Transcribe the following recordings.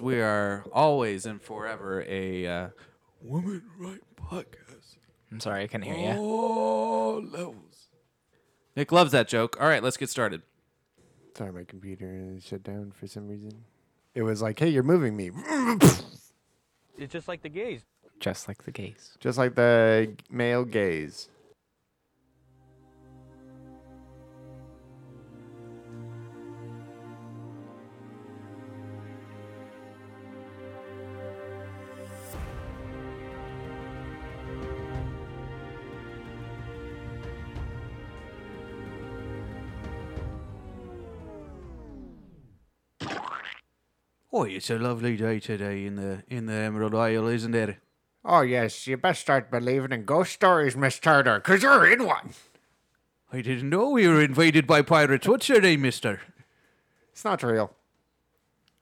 We are always and forever a uh, woman right podcast. I'm sorry, I couldn't hear Oh. you. All levels. Nick loves that joke. All right, let's get started. Sorry, my computer shut down for some reason. It was like, hey, you're moving me. It's just like the gays. Just like the gays. Just like the male gaze. Oh, it's a lovely day today in the in the Emerald Isle, isn't it? Oh, yes, you best start believing in ghost stories, Miss Tartar, because you're in one. I didn't know we were invaded by pirates. What's your name, Mister? It's not real.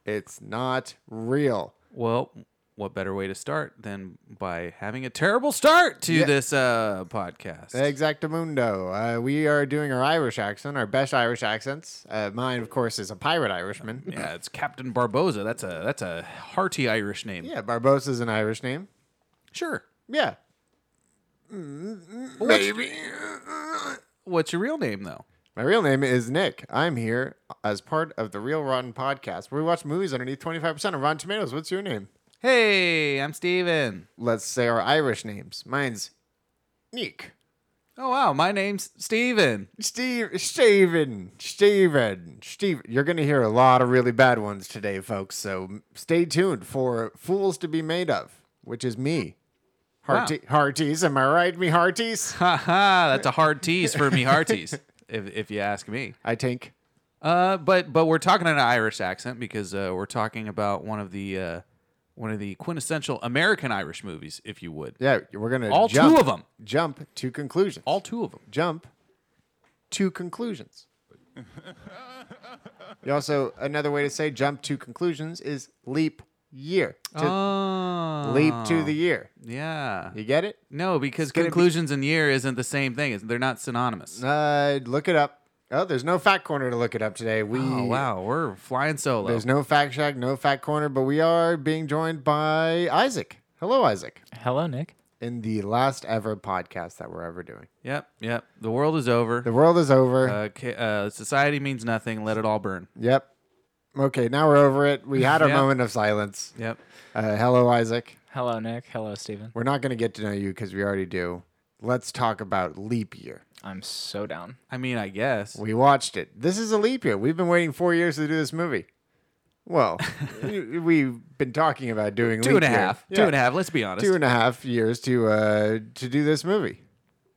It's not real. Well, what better way to start than by having a terrible start to Yeah. this uh, podcast? Exactamundo. Uh, we are doing our Irish accent, our best Irish accents. Uh, mine, of course, is a pirate Irishman. Yeah, it's Captain Barboza. That's a that's a hearty Irish name. Yeah, Barbosa's an Irish name. Sure. Yeah. Maybe. What's your real name though? My real name is Nick. I'm here as part of the Real Rotten podcast, where we watch movies underneath 25% of Rotten Tomatoes. What's your name? Hey, I'm Steven. Let's say our Irish names. Mine's Nick. Oh wow, my name's Steven. Steve, Steven, Steven, Steve. You're going to hear a lot of really bad ones today, folks. So stay tuned for Fools to be Made of, which is me. Hearty, Hearties, am I right, me hearties? Ha ha, that's a hard tease for me hearties, if if you ask me. I think. Uh, but but we're talking in an Irish accent because uh, we're talking about one of the uh, one of the quintessential American Irish movies, if you would. Yeah, we're going to All two jump, of 'em. Jump to conclusions. All two of them. jump to conclusions. you also another way to say jump to conclusions is leap year. To Oh, Leap to the year. yeah. You get it? No, because gonna be- conclusions and year isn't the same thing. It's- They're not synonymous. Uh, look it up. Oh, there's no fat corner to look it up today. We Oh wow, we're flying solo. There's no fact shack, no fat corner, but we are being joined by Isaac. Hello, Isaac. Hello, Nick. In the last ever podcast that we're ever doing, Yep, yep. The world is over. the world is over. uh, ca- uh, society means nothing. Let it all burn. yep. Okay, now we're over it. We had our Yeah. moment of silence. Yep. Uh, hello, Isaac. Hello, Nick. Hello, Steven. We're not going to get to know you because we already do. Let's talk about leap year. I'm so down. I mean, I guess. We watched it. This is a leap year. We've been waiting four years to do this movie. Well, we- we've been talking about doing Two leap and a year. half. Yeah, Two and a half. Let's be honest. two and a half years to uh, to do this movie,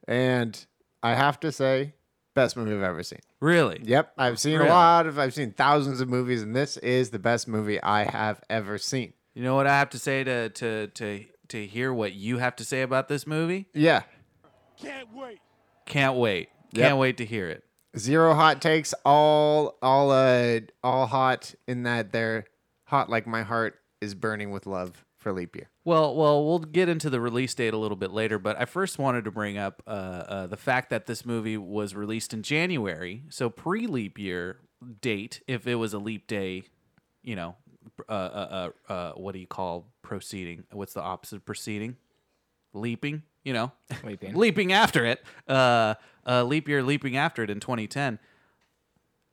and I have to say, best movie I've ever seen. Really? Yep, I've seen Really? a lot of, I've seen thousands of movies, and this is the best movie I have ever seen. You know what I have to say to to to to hear what you have to say about this movie? Yeah, Can't wait. Yep. Can't wait to hear it. zero hot takes all all uh all hot in that they're hot like my heart is burning with love for leap year Well, well, we'll get into the release date a little bit later, but I first wanted to bring up uh, uh, the fact that this movie was released in January, so pre leap year date, if it was a leap day, you know, uh, uh, uh, uh, what do you call proceeding? What's the opposite of proceeding? Leaping, you know, Leaping. leaping after it. Uh, uh, leap year, leaping after it in 2010.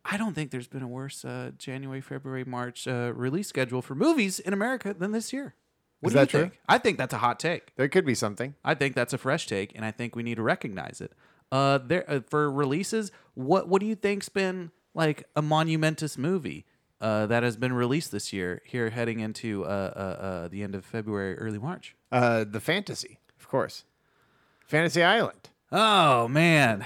I don't think there's been a worse uh, January, February, March uh, release schedule for movies in America than this year. What Is do that you true? think? I think that's a hot take. there could be something I think that's a fresh take, and I think we need to recognize it. Uh, there uh, for releases, what what do you think's been like a monumentous movie uh, that has been released this year? Here, heading into uh, uh, uh, the end of February, early March. uh the fantasy of course fantasy island Oh man,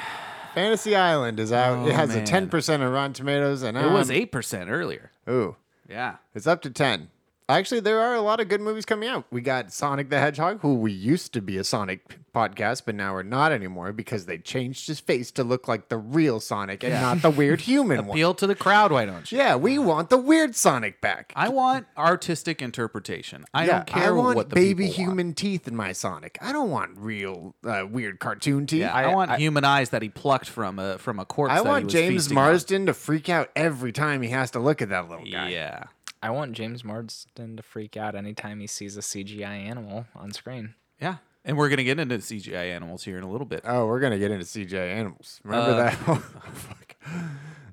fantasy island is out Oh, it has man. a 10% on rotten tomatoes and it was eight percent earlier. ooh Yeah, it's up to 10 actually there are a lot of good movies coming out we got sonic the hedgehog who we used to be a sonic podcast but now we're not anymore because they changed his face to look like the real sonic and not the weird human one appeal to the crowd. Why don't you? Yeah, we want the weird Sonic back. I want artistic interpretation. I yeah, don't care I want what the baby people want. human teeth in my Sonic. I don't want real uh, weird cartoon teeth. Yeah, I, I, want I, human eyes that he plucked from a from a corpse. I that he want was James feasting on. Marsden to freak out every time he has to look at that little guy. Yeah, I want James Marsden to freak out anytime he sees a CGI animal on screen. Yeah. And we're going to get into CGI animals here in a little bit. Oh, we're gonna get into CJ animals. Remember Uh, that? Oh, Fuck.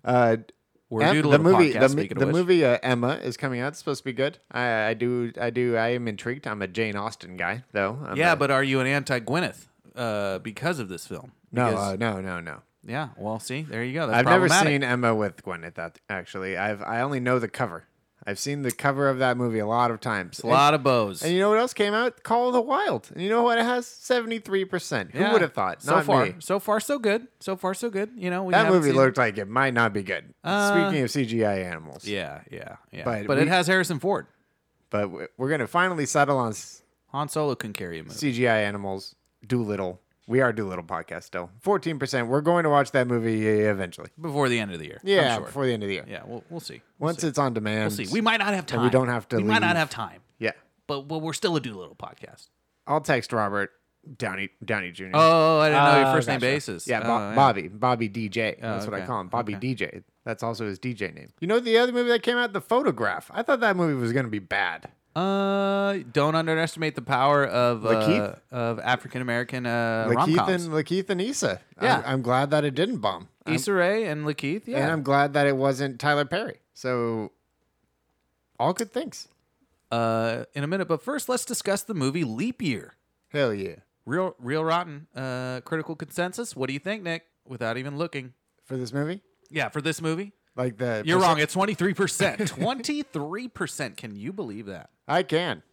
Uh, We're Em- due to the a little podcast, movie, the, mi- speaking the of which. movie uh, Emma is coming out. It's supposed to be good. I, I do, I do, I am intrigued. I'm a Jane Austen guy, though. I'm Yeah, a- but are you an anti Gwyneth uh, because of this film? no, Because- uh, no, no, no. yeah. Well, see, there you go. That's I've never problematic. seen Emma with Gwyneth. That actually, I've I only know the cover. I've seen the cover of that movie a lot of times. a lot of bows. And you know what else came out? Call of the Wild. And you know what? It has seventy three percent. Who Yeah. would have thought? So Not far, me. so far, so good. So far, so good. You know, we That haven't movie seen- looked like it might not be good. Uh, Speaking of CGI animals, Yeah, yeah, yeah. But, But it we- has Harrison Ford. But w- we're gonna finally settle on s- Han Solo can carry a movie. CGI animals. Doolittle. We are Doolittle podcast still. Fourteen percent. We're going to watch that movie uh, eventually. before the end of the year. I'm Yeah, sure. before the end of the year. yeah. We'll, we'll see. We'll Once see. it's on demand. we'll see. We might not have and time. we don't have to We might not leave. have time. Yeah, But well, we're still a Doolittle podcast. I'll text Robert Downey Downey Jr. Oh, I didn't know your Oh, first name gotcha. basis. Ah, Yeah, Bo- Oh, Bobby, Bobby DJ. That's what okay. I call him, Bobby DJ. That's also his DJ name. You know the other movie that came out, The Photograph. I thought that movie was gonna be bad. Uh, don't underestimate the power of uh, Lakeith? of African American uh, rom Lakeith and coms. Lakeith and Issa. Yeah. I'm, I'm glad that it didn't bomb, Issa Rae and Lakeith. Yeah, and I'm glad that it wasn't Tyler Perry. So, all good things. uh, in a minute. But first, let's discuss the movie Leap Year. Hell yeah. Real, real rotten. Uh, critical consensus. What do you think, Nick? Without even looking. For this movie, Yeah, for this movie, like the you're wrong. It's twenty three percent. Twenty three percent. Can you believe that? I can.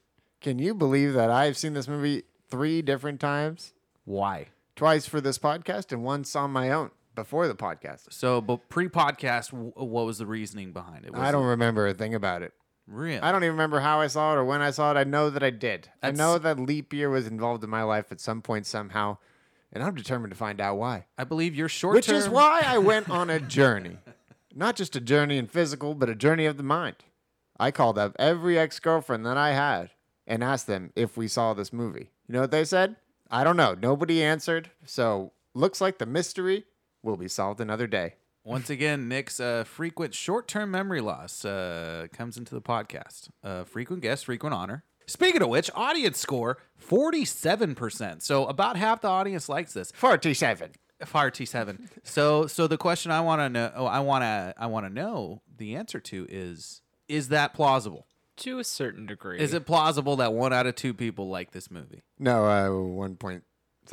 Can you believe that I've seen this movie three different times? Why? Twice for this podcast and once on my own before the podcast. So, but pre podcast, what was the reasoning behind it? Was I don't remember a thing about it. really. I don't even remember how I saw it or when I saw it. I know that I did. I know that leap year was involved in my life at some point somehow, and I'm determined to find out why. I believe you're short. Which is why I went on a journey. Not just a journey in physical, but a journey of the mind. I called up every ex girlfriend that I had and asked them if we saw this movie. You know what they said? I don't know. Nobody answered. So, looks like the mystery will be solved another day. Once again, Nick's uh, frequent short term memory loss uh, comes into the podcast. Uh, frequent guest, frequent honor. Speaking of which, audience score 47%. So about half the audience likes this. 47. Fire T7. So so the question I want to know oh, I want to I want to know the answer to is is that plausible? To a certain degree. Is it plausible that one out of two people like this movie? No, uh, 1.7.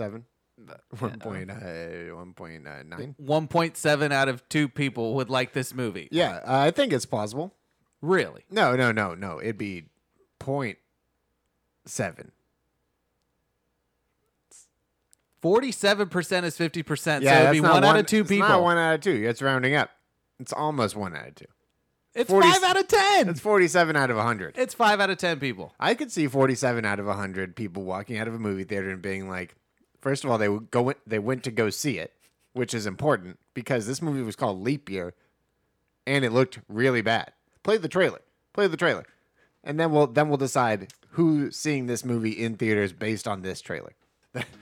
Uh, uh, 1.9. 1.7 out of 2 people would like this movie. Yeah, uh, I think it's plausible. Really? No, no, no, no. It'd be point seven. 47% is 50%. Yeah, so it'd that's be not one, out of two it's people. Not one out of two. It's rounding up. It's almost one out of two. It's 40 five out of ten. It's It's, forty-seven out of hundred. five out of ten people. I could see forty-seven out of hundred people walking out of a movie theater and being like, first of all, they would go they went to go see it, which is important because this movie was called Leap Year, and it looked really bad. Play the trailer. Play the trailer, and then we'll then we'll decide who's seeing this movie in theaters based on this trailer.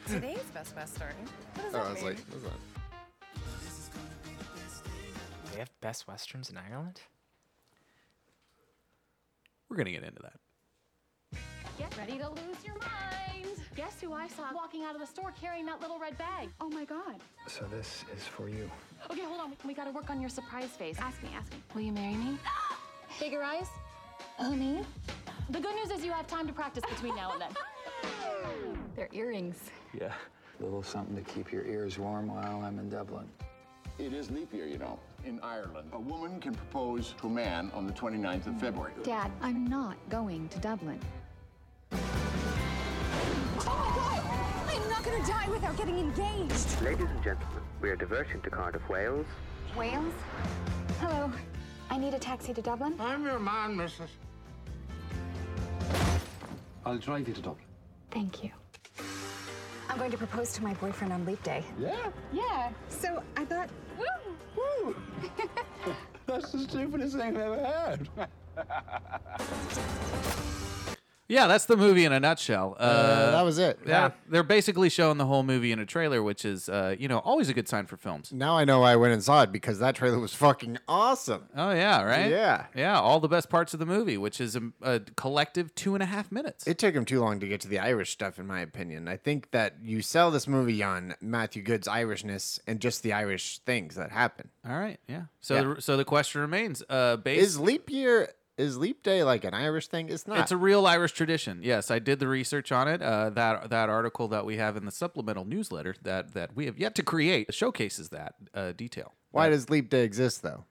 Today's Best Best starting. What Oh, does that mean? They have best westerns in Ireland. We're gonna get into that. Get ready to lose your mind. Guess who I saw walking out of the store carrying that little red bag? Oh my god. So this is for you. Okay, hold on. We gotta work on your surprise face. Ask me, ask me. Will you marry me? Bigger eyes? Uh, Oh, me? The good news is you have time to practice between now and then. They're earrings. Yeah. A little something to keep your ears warm while I'm in Dublin. It is leap year, you know, in Ireland. A woman can propose to a man on the 29th of February. Dad, I'm not going to Dublin. Oh my god! I'm not gonna die without getting engaged! Ladies and gentlemen, we are diverting to Cardiff, Wales. Wales? Hello. I need a taxi to Dublin. I'm your man, Mrs. I'll drive you to Dublin. Thank you. I'm going to propose to my boyfriend on leap day. Yeah. Yeah. So I thought That's the stupidest thing I've ever heard. Yeah, that's the movie in a nutshell. Uh, that was it. Yeah, they're basically showing the whole movie in a trailer, which is, uh, you know, always a good sign for films. Now I know why I went and saw it because that trailer was fucking awesome. Oh yeah, right. Yeah. yeah, all the best parts of the movie, which is a, a collective two and a half minutes. It took him too long to get to the Irish stuff, in my opinion. I think that you sell this movie on Matthew Good's Irishness and just the Irish things that happen. all right, yeah. So, The, so the question remains: uh, based Is leap year is leap day like an Irish thing? It's not. It's a real Irish tradition. Yes, I did the research on it. Uh, that that article that we have in the supplemental newsletter that that we have yet to create showcases that uh, detail. why does leap day exist though?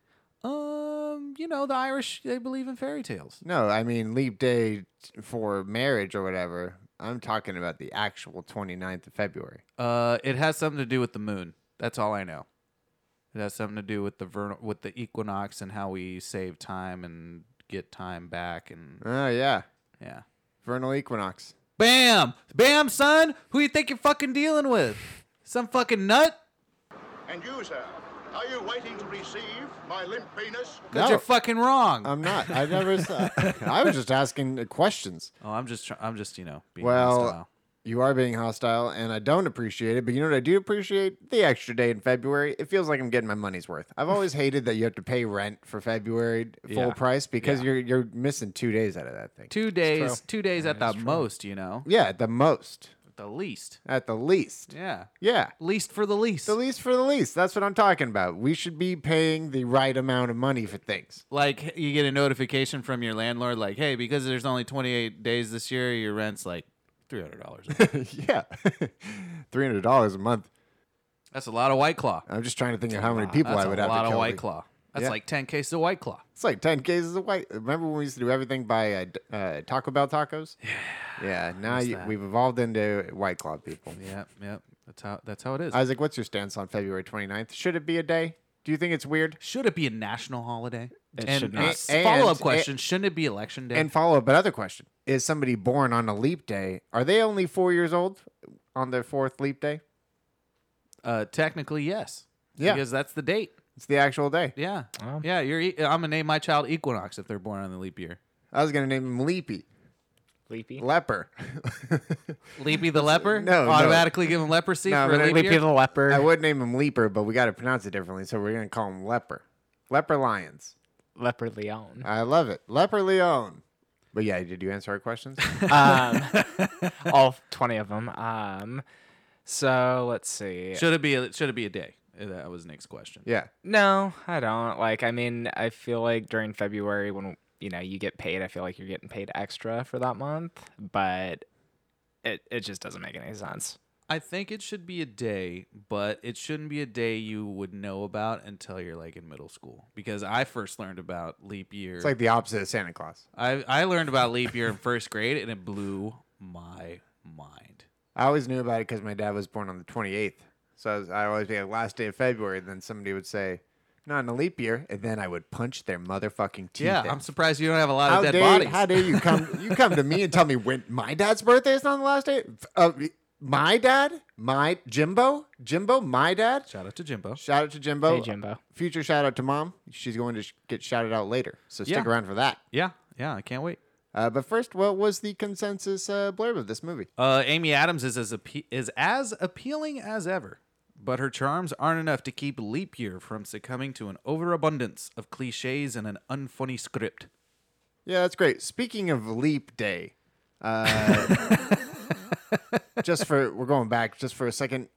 Um, you know, the Irish they believe in fairy tales. No, I mean leap day t- for marriage or whatever. I'm talking about the actual 29th of February. Uh, it has something to do with the moon. That's all I know. It has something to do with the vernal with the equinox and how we save time and get time back and Oh yeah, yeah. vernal equinox. Bam, bam, son. Who you think you're fucking dealing with? Some fucking nut. And you, sir, are you waiting to receive my limp penis? Cause No. you're fucking wrong. I'm not. I never. saw, I was just asking uh, questions. oh, I'm just, try- I'm just, you know, being Well, hostile. you are being hostile, and I don't appreciate it. But you know what I do appreciate? The extra day in February. It feels like I'm getting my money's worth. I've always hated that you have to pay rent for February full Yeah. price because Yeah. you're you're missing two days out of that thing. two days, two days at the most, you know, Yeah, at the most, at the least. at the least. Yeah, Yeah. least for the least. The least for the least. That's what I'm talking about. We should be paying the right amount of money for things. like you get a notification from your landlord, like, hey, because there's only 28 days this year, your rent's like three hundred dollars. yeah. $300 a month. That's a lot of White Claw. I'm just trying to think of how many people Ah, That's I would a have lot to of kill White to- Claw. That's Yeah. like 10 cases of White Claw. It's like 10 cases of white. Remember when we used to do everything by uh, d- uh, Taco Bell tacos? Yeah. Yeah. Now you, that. we've evolved into White Claw people. Yep, yep. That's how that's how it is. Isaac, what's your stance on February 29th? Should it be a day? Do you think it's weird? should it be a national holiday? It and should not. And- follow up and- question: Shouldn't it be election day? And follow up another question Is somebody born on a leap day? Are they only four years old on their fourth leap day? uh, technically, yes. Yeah. because that's the date. It's the actual day. Yeah, Wow. yeah. You're. e- I'm gonna name my child Equinox if they're born on the leap year. I was going to name him Leapy. Leapy. Leper. Leapy the leper. No, no. automatically give him leprosy No, for but a I- leap Leapy year? the leopard. I would name him Leaper, but we got to pronounce it differently. So we're going to call him Leper. Leper Lions. leopard Leon. I love it. Leper Leon. But yeah, did you answer our questions? um, all 20 of them. Um, so let's see. Should it be? A, should it be a day? Uh, That was Nick's question. yeah. No, I don't. Like, I mean, I feel like during February when you know you get paid, I feel like you're getting paid extra for that month, but it it just doesn't make any sense. I think it should be a day, but it shouldn't be a day you would know about until you're like in middle school. Because I first learned about leap year. It's like the opposite of Santa Claus. I I learned about leap year in first grade, and it blew my mind. I always knew about it because my dad was born on the 28th. So I, was, I always be like, last day of February. Then somebody would say, not in a leap year. And then I would punch their motherfucking teeth. Yeah, in. I'm surprised you don't have a lot how of dead dare, bodies. How dare you come? You come to me and tell me when my dad's birthday is not the last day. F- Uh, my dad, my Jimbo, Jimbo, my dad. Shout out to Jimbo. Shout out to Oh, Jimbo. Hey, Jimbo. Future shout out to mom. She's going to sh- get shouted out later, so stick Yeah. around for that. Yeah, yeah, I can't wait. Uh, but first, what was the consensus uh, blurb of this movie? Uh, Amy Adams is as appe- is as appealing as ever, but her charms aren't enough to keep Leap Year from succumbing to an overabundance of cliches and an unfunny script. Yeah, that's great. Speaking of leap day, uh, just for we're going back just for a second.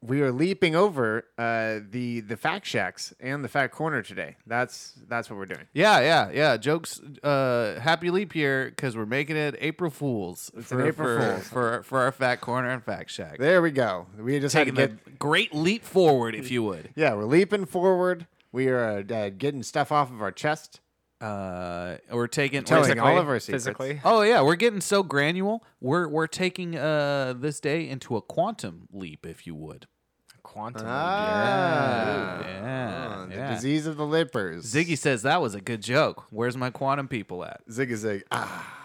We are leaping over uh, the the fact shacks and the fat corner today. That's that's what we're doing. Yeah, yeah, yeah. Jokes. Uh, happy Leap Year because we're making it April Fools. It's an April for, Fool's. for for our Fat Corner and Fact Shack. There we go. We just had to Taking get, the great leap forward, if you would. yeah, we're leaping forward. We are uh, uh, getting stuff off of our chest, Uh, we're taking. we're telling taking- all of our secrets. Physically, Oh yeah, we're getting so granular. We're we're taking uh this day into a quantum leap, if you would. Oh, quantum. Ah, Oh, Yeah, the yeah. disease of the lippers. Ziggy says that was a good joke. Ah. Where's my quantum people at? zig zig. Ah,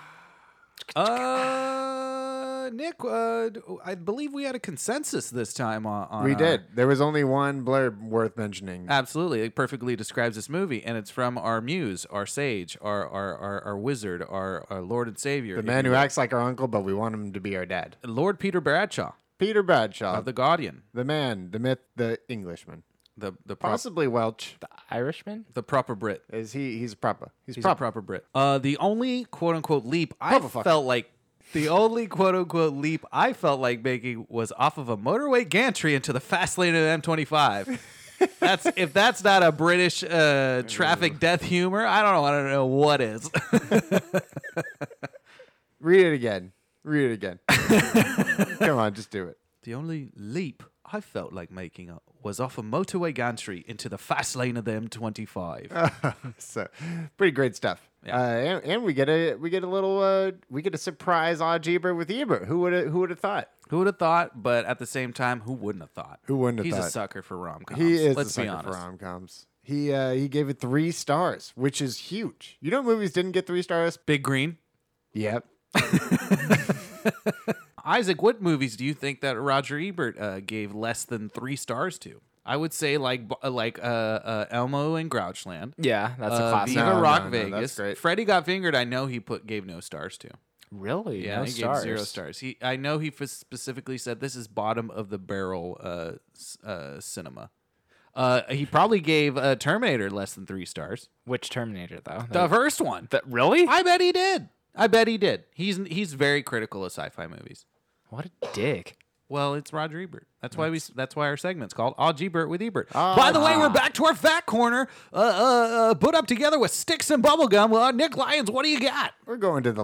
Uh, uh, Nick, uh, d- I believe we had a consensus this time on. on we our- did. There was only one blurb worth mentioning. Absolutely. It perfectly describes this movie, and it's from our muse, our sage, our our, our, our wizard, our, our Lord and Savior. the if man you who will. acts like our uncle, but we want him to be our dad. Lord Peter Bradshaw Peter Bradshaw, of the, The Guardian, man, the myth, the Englishman, the, the, prop, possibly Welch. Irishman? the proper Brit. Is he? He's proper. He's, He's a proper. proper Brit. Uh, the only quote unquote leap I Proper fucker. felt like the only quote unquote leap I felt like making was off of a motorway gantry into the fast lane of M twenty five. That's if that's not a British uh, traffic death humor, I don't know. I don't know what is. Read it again. Read it again. Come on, just do it. the only leap I felt like making uh, was off a motorway gantry into the fast lane of the M twenty five. Uh. So, pretty great stuff. Uh, and, and we get a we get a little uh, we get a surprise odd Ebert with Ebert. Who would who would have thought? Who would have thought? But at the same time, who wouldn't have thought? Who wouldn't have He's thought? a sucker for rom coms. He is Let's the be sucker for honest. rom coms. He uh, he gave it three stars, which is huge. You know, movies didn't get three stars. Big Green. Yep. Isaac, what movies do you think that Roger Ebert uh, gave less than three stars to? I would say like b- like uh, uh, Elmo and Grouchland. Yeah, that's a uh, classic. Viva No, no, Rock no, that's Vegas. great. Freddy Got Fingered. I know he put gave no stars to. Really? Yeah, no he stars. gave zero stars. He, I know he f- specifically said this is bottom of the barrel uh, s- uh, cinema. Uh, he probably gave uh, Terminator less than three stars. Which Terminator though? The first one. The- really? I bet he did. I bet he did. He's he's very critical of sci-fi movies. what a dick. Well, it's Roger Ebert. That's why we. That's why our segment's called "Odd Ebert with Ebert." By the way, we're back to our fat corner. Uh, uh, uh, put up together with sticks and bubblegum. Uh, Nick Lyons, what do you got? We're going to the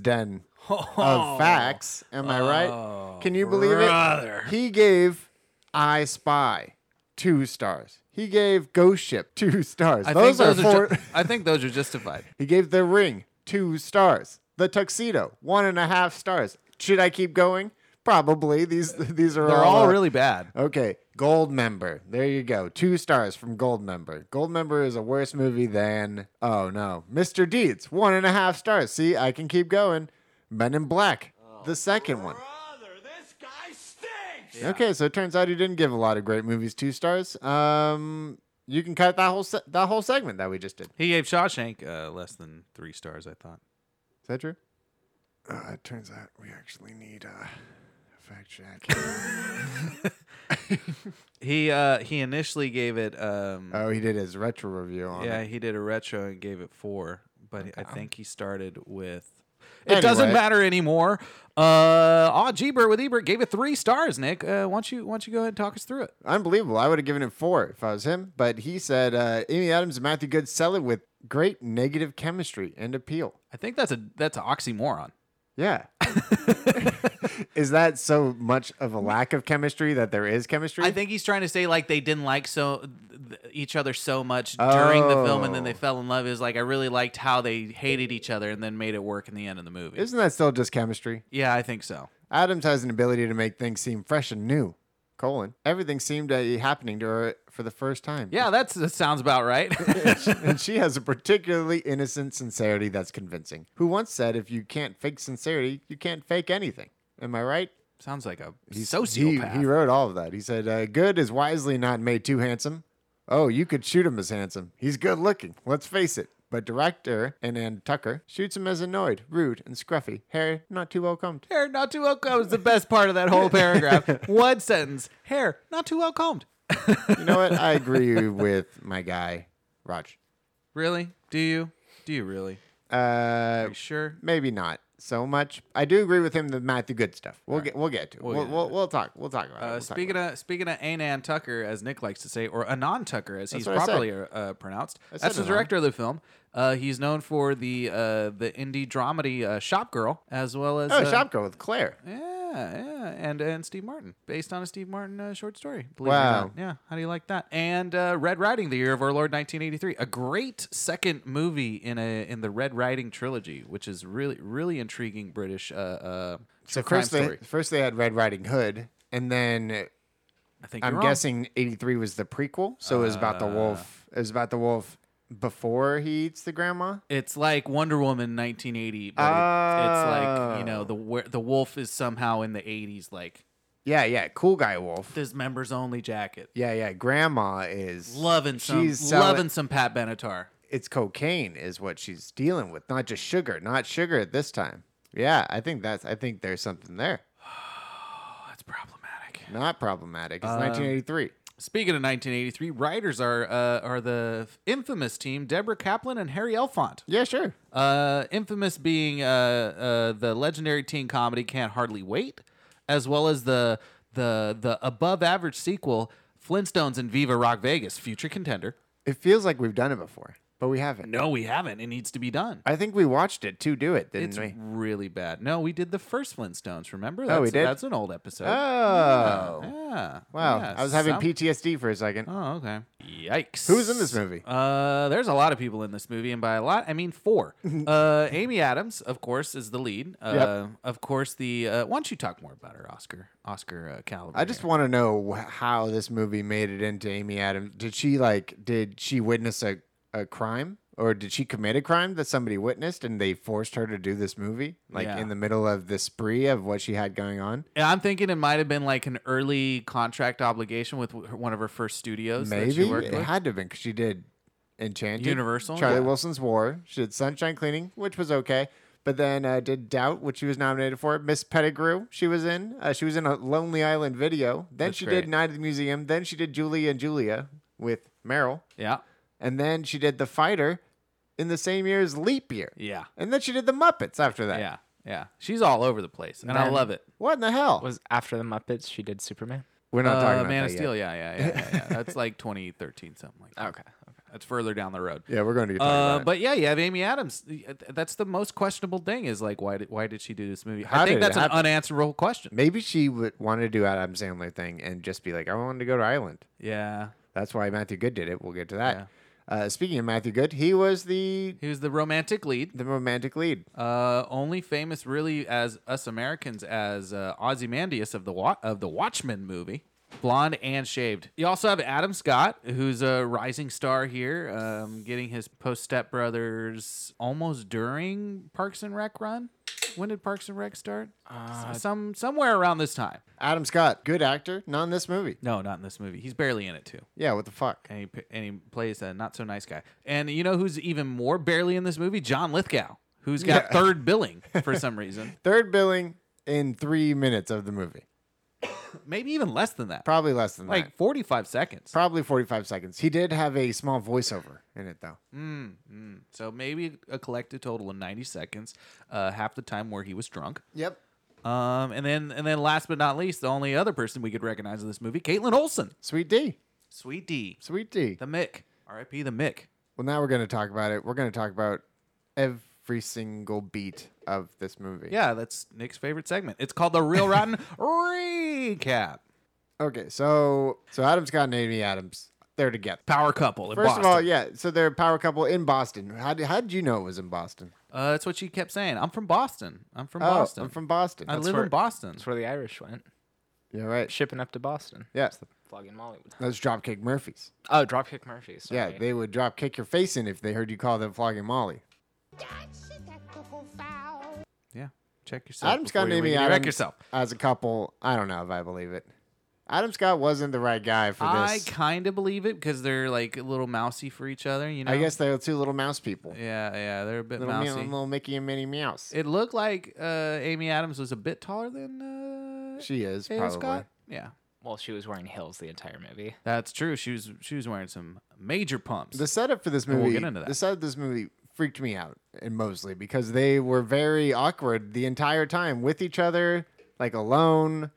den Oh. of facts. Am I right? Can you believe brother. it? He gave I Spy two stars. He gave Ghost Ship two stars. I those, think are, four. ju- I think those are justified. he gave The Ring two stars. The Tuxedo one and a half stars. Should I keep going? Probably. These these are They're all uh, really bad. Okay, Gold Member. There you go. Two stars from Gold Member. Gold Member is a worse movie than oh no, Mr. Deeds. One and a half stars. See, I can keep going. Men in Black, the second one. Okay, so it turns out he didn't give a lot of great movies two stars. Um, you can cut that whole se- that whole segment that we just did. He gave Shawshank uh, less than three stars. I thought. Is that true? Uh, it turns out we actually need uh, a fact check. He uh, he initially gave it. Um, oh, he did his retro review on yeah, it. he did a retro and gave it four, but I think he started with. It Anyway. doesn't matter anymore. Uh, Aw, Ebert with Ebert gave it three stars. Nick, uh, why don't you why don't you go ahead and talk us through it? unbelievable. I would have given it four if I was him. But he said uh, Amy Adams and Matthew Good sell it with great negative chemistry and appeal. I think that's a that's an oxymoron. Yeah. is that so much of a lack of chemistry that there is chemistry? I think he's trying to say like they didn't like so th- each other so much during the film, and then Oh. they fell in love. Is like I really liked how they hated each other, and then made it work in the end of the movie. Isn't that still just chemistry? yeah, I think so. Adams has an ability to make things seem fresh and new. Colon. Everything seemed to be happening to her for the first time. Yeah, that's, that sounds about right. and she has a particularly innocent sincerity that's convincing. Who once said, if you can't fake sincerity, you can't fake anything. Am I right? sounds like a He's- sociopath. He, he wrote all of that. He said, uh, "Good is wisely not made too handsome. Oh, you could shoot him as handsome. He's good looking. Let's face it." But director Anand Tucker shoots him as annoyed, rude, and scruffy. Hair not too well combed. Hair not too well combed is the best part of that whole paragraph. One sentence. Hair not too well combed. You know what? I agree with my guy, Raj. Really? Do you? Do you really? Uh, Are you sure? maybe not so much. I do agree with him. The Matthew Good stuff. We'll get. We'll get to. it. We'll We'll we'll, get we'll, talk. We'll talk about it. Uh, We'll talk speaking about it. of speaking of Anan Tucker, as Nick likes to say, or Anon Tucker, as he's what I said. properly uh, pronounced. I That's said the Anon. director of the film. Uh, he's known for the uh, the indie dramedy uh, Shop Girl, as well as oh, uh, shop girl with Claire. Yeah, yeah, and and Steve Martin, based on a Steve Martin uh, short story. Believe Wow. It or not. Yeah. How do you like that? And uh, Red Riding, the Year of Our Lord, 1983, a great second movie in a in the Red Riding trilogy, which is really really intriguing British. Uh, uh, So true crime first they story. first they had Red Riding Hood, and then I think I'm you're wrong. Uh. guessing '83 was the prequel, so it was about the wolf. It was about the wolf before he eats the grandma? It's like Wonder Woman 1980, but it- it's like you know the wer- the wolf is somehow in the 80s, like Yeah, yeah. Cool guy wolf. this members only jacket, Yeah, yeah. Grandma is loving some She's selling- loving some Pat Benatar. it's cocaine is what she's dealing with, not just sugar, not sugar at this time. Yeah, I think that's I think there's something there. Oh, that's problematic. Not problematic. Um, It's 1983. Speaking of 1983, writers are uh, are the infamous team Deborah Kaplan and Harry Elfont. Yeah, sure. Uh, infamous being uh, uh, the legendary teen comedy Can't Hardly Wait, as well as the the the above average sequel Flintstones and Viva Rock Vegas, future contender. It feels like we've done it before, but we haven't. No, we haven't. It needs to be done. I think we watched it to do it, didn't It's we? really bad. No, we did the first Flintstones. Remember? Oh, we did? That's an old episode. Oh. uh, yeah. Wow. Yeah, I was having some- PTSD for a second. Oh, okay. Yikes. Who's in this movie? Uh, there's a lot of people in this movie, and by a lot, I mean four. uh, Amy Adams, of course, is the lead. Uh, Yep. Of course, the. Uh, why don't you talk more about her, Oscar? Oscar uh, caliber. I just want to know wh- how this movie made it into Amy Adams. Did she like did she witness a, a crime or did she commit a crime that somebody witnessed and they forced her to do this movie like Yeah. in the middle of the spree of what she had going on? And I'm thinking it might have been like an early contract obligation with w- her- one of her first studios that Maybe she worked it with. had to have been because she did Enchanted, Universal, Charlie yeah. Wilson's War. She did Sunshine Cleaning, which was okay, but then uh, did Doubt, which she was nominated for. Miss Pettigrew, she was in. Uh, she was in a Lonely Island video. Then That's she great. did Night at the Museum. Then she did Julie and Julia with Meryl, yeah. and then she did The Fighter in the same year as Leap Year. Yeah. And then she did The Muppets after that. Yeah. Yeah. She's all over the place, and I Then- love it. What in the hell? Was after the Muppets, she did Superman. We're not talking Uh, about Man that of yet. Steel. Yeah, yeah, yeah, yeah, yeah. That's like 2013, something like that. Okay. That's further down the road. Yeah, we're going to get talking Uh, about it. but yeah, you have Amy Adams. uh, Th- That's the most questionable thing is like why did why did she do this movie? How I think did it that's an happen? unanswerable question. Maybe she would want to do Adam Sandler thing and just be like, I wanted to go to Ireland. Yeah, That's why Matthew Good did it. We'll get to that. Uh, speaking of Matthew Good, he was the he was the romantic lead. the romantic lead. Uh, only famous really as us Americans as uh, Ozymandias of the Wa- of the Watchmen movie, blonde and shaved. You also have Adam Scott, who's a rising star here, um, getting his post Step Brothers almost during Parks and Rec run. When did Parks and Rec start? Uh, S- Some somewhere around this time. Adam Scott, good actor, not in this movie. No, not in this movie. He's barely in it too. Yeah, what the fuck? and he, p- and he plays a not so nice guy. And you know who's even more barely in this movie? John Lithgow, who's got Yeah. third billing for some reason, Third billing in three minutes of the movie, maybe even less than that, probably less than like that. forty five seconds. Probably forty-five seconds. He did have a small voiceover in it though. Mm. So maybe a collective total of ninety seconds, uh, half the time where he was drunk. Yep. Um, and then and then last but not least, the only other person we could recognize in this movie, Caitlin Olsen, Sweet D, Sweet D, Sweet D. the Mick, R.I.P. the Mick. Well, now we're gonna talk about it. We're gonna talk about every single beat of this movie. Yeah, that's Nick's favorite segment. It's called the Real Rotten Recap. Okay, so so Adam Scott and Amy Adams, they're together. Power couple. In First Boston. of all, yeah. So they're a power couple in Boston. How did, how did you know it was in Boston? Uh, that's what she kept saying. I'm from Boston. I'm from Oh, Boston. I'm from Boston. I That's live where- in Boston. That's where the Irish went, Yeah, right. shipping up to Boston. Yeah. Flogging Mollywood. Those dropkick Murphys. Oh, Dropkick Murphys. Yeah, sorry. they would drop kick your face in if they heard you call them flogging Molly. Yeah. Check yourself. Adam before Scott and you Amy leave. Adams Wreck yourself. as a couple. I don't know if I believe it. Adam Scott wasn't the right guy for I this. kind of believe it because they're like a little mousy for each other. You know. I guess they're two little mouse people. Yeah, yeah, they're a bit Little, meow, mousy. little Mickey and Minnie Mouse. It looked like uh, Amy Adams was a bit taller than uh, she is Adam probably. Scott. Yeah, Well, she was wearing heels the entire movie. that's true. She was she was wearing some major pumps. The setup for this And movie, we'll get into that. the setup of this movie freaked me out, and mostly because they were very awkward the entire time with each other, like alone.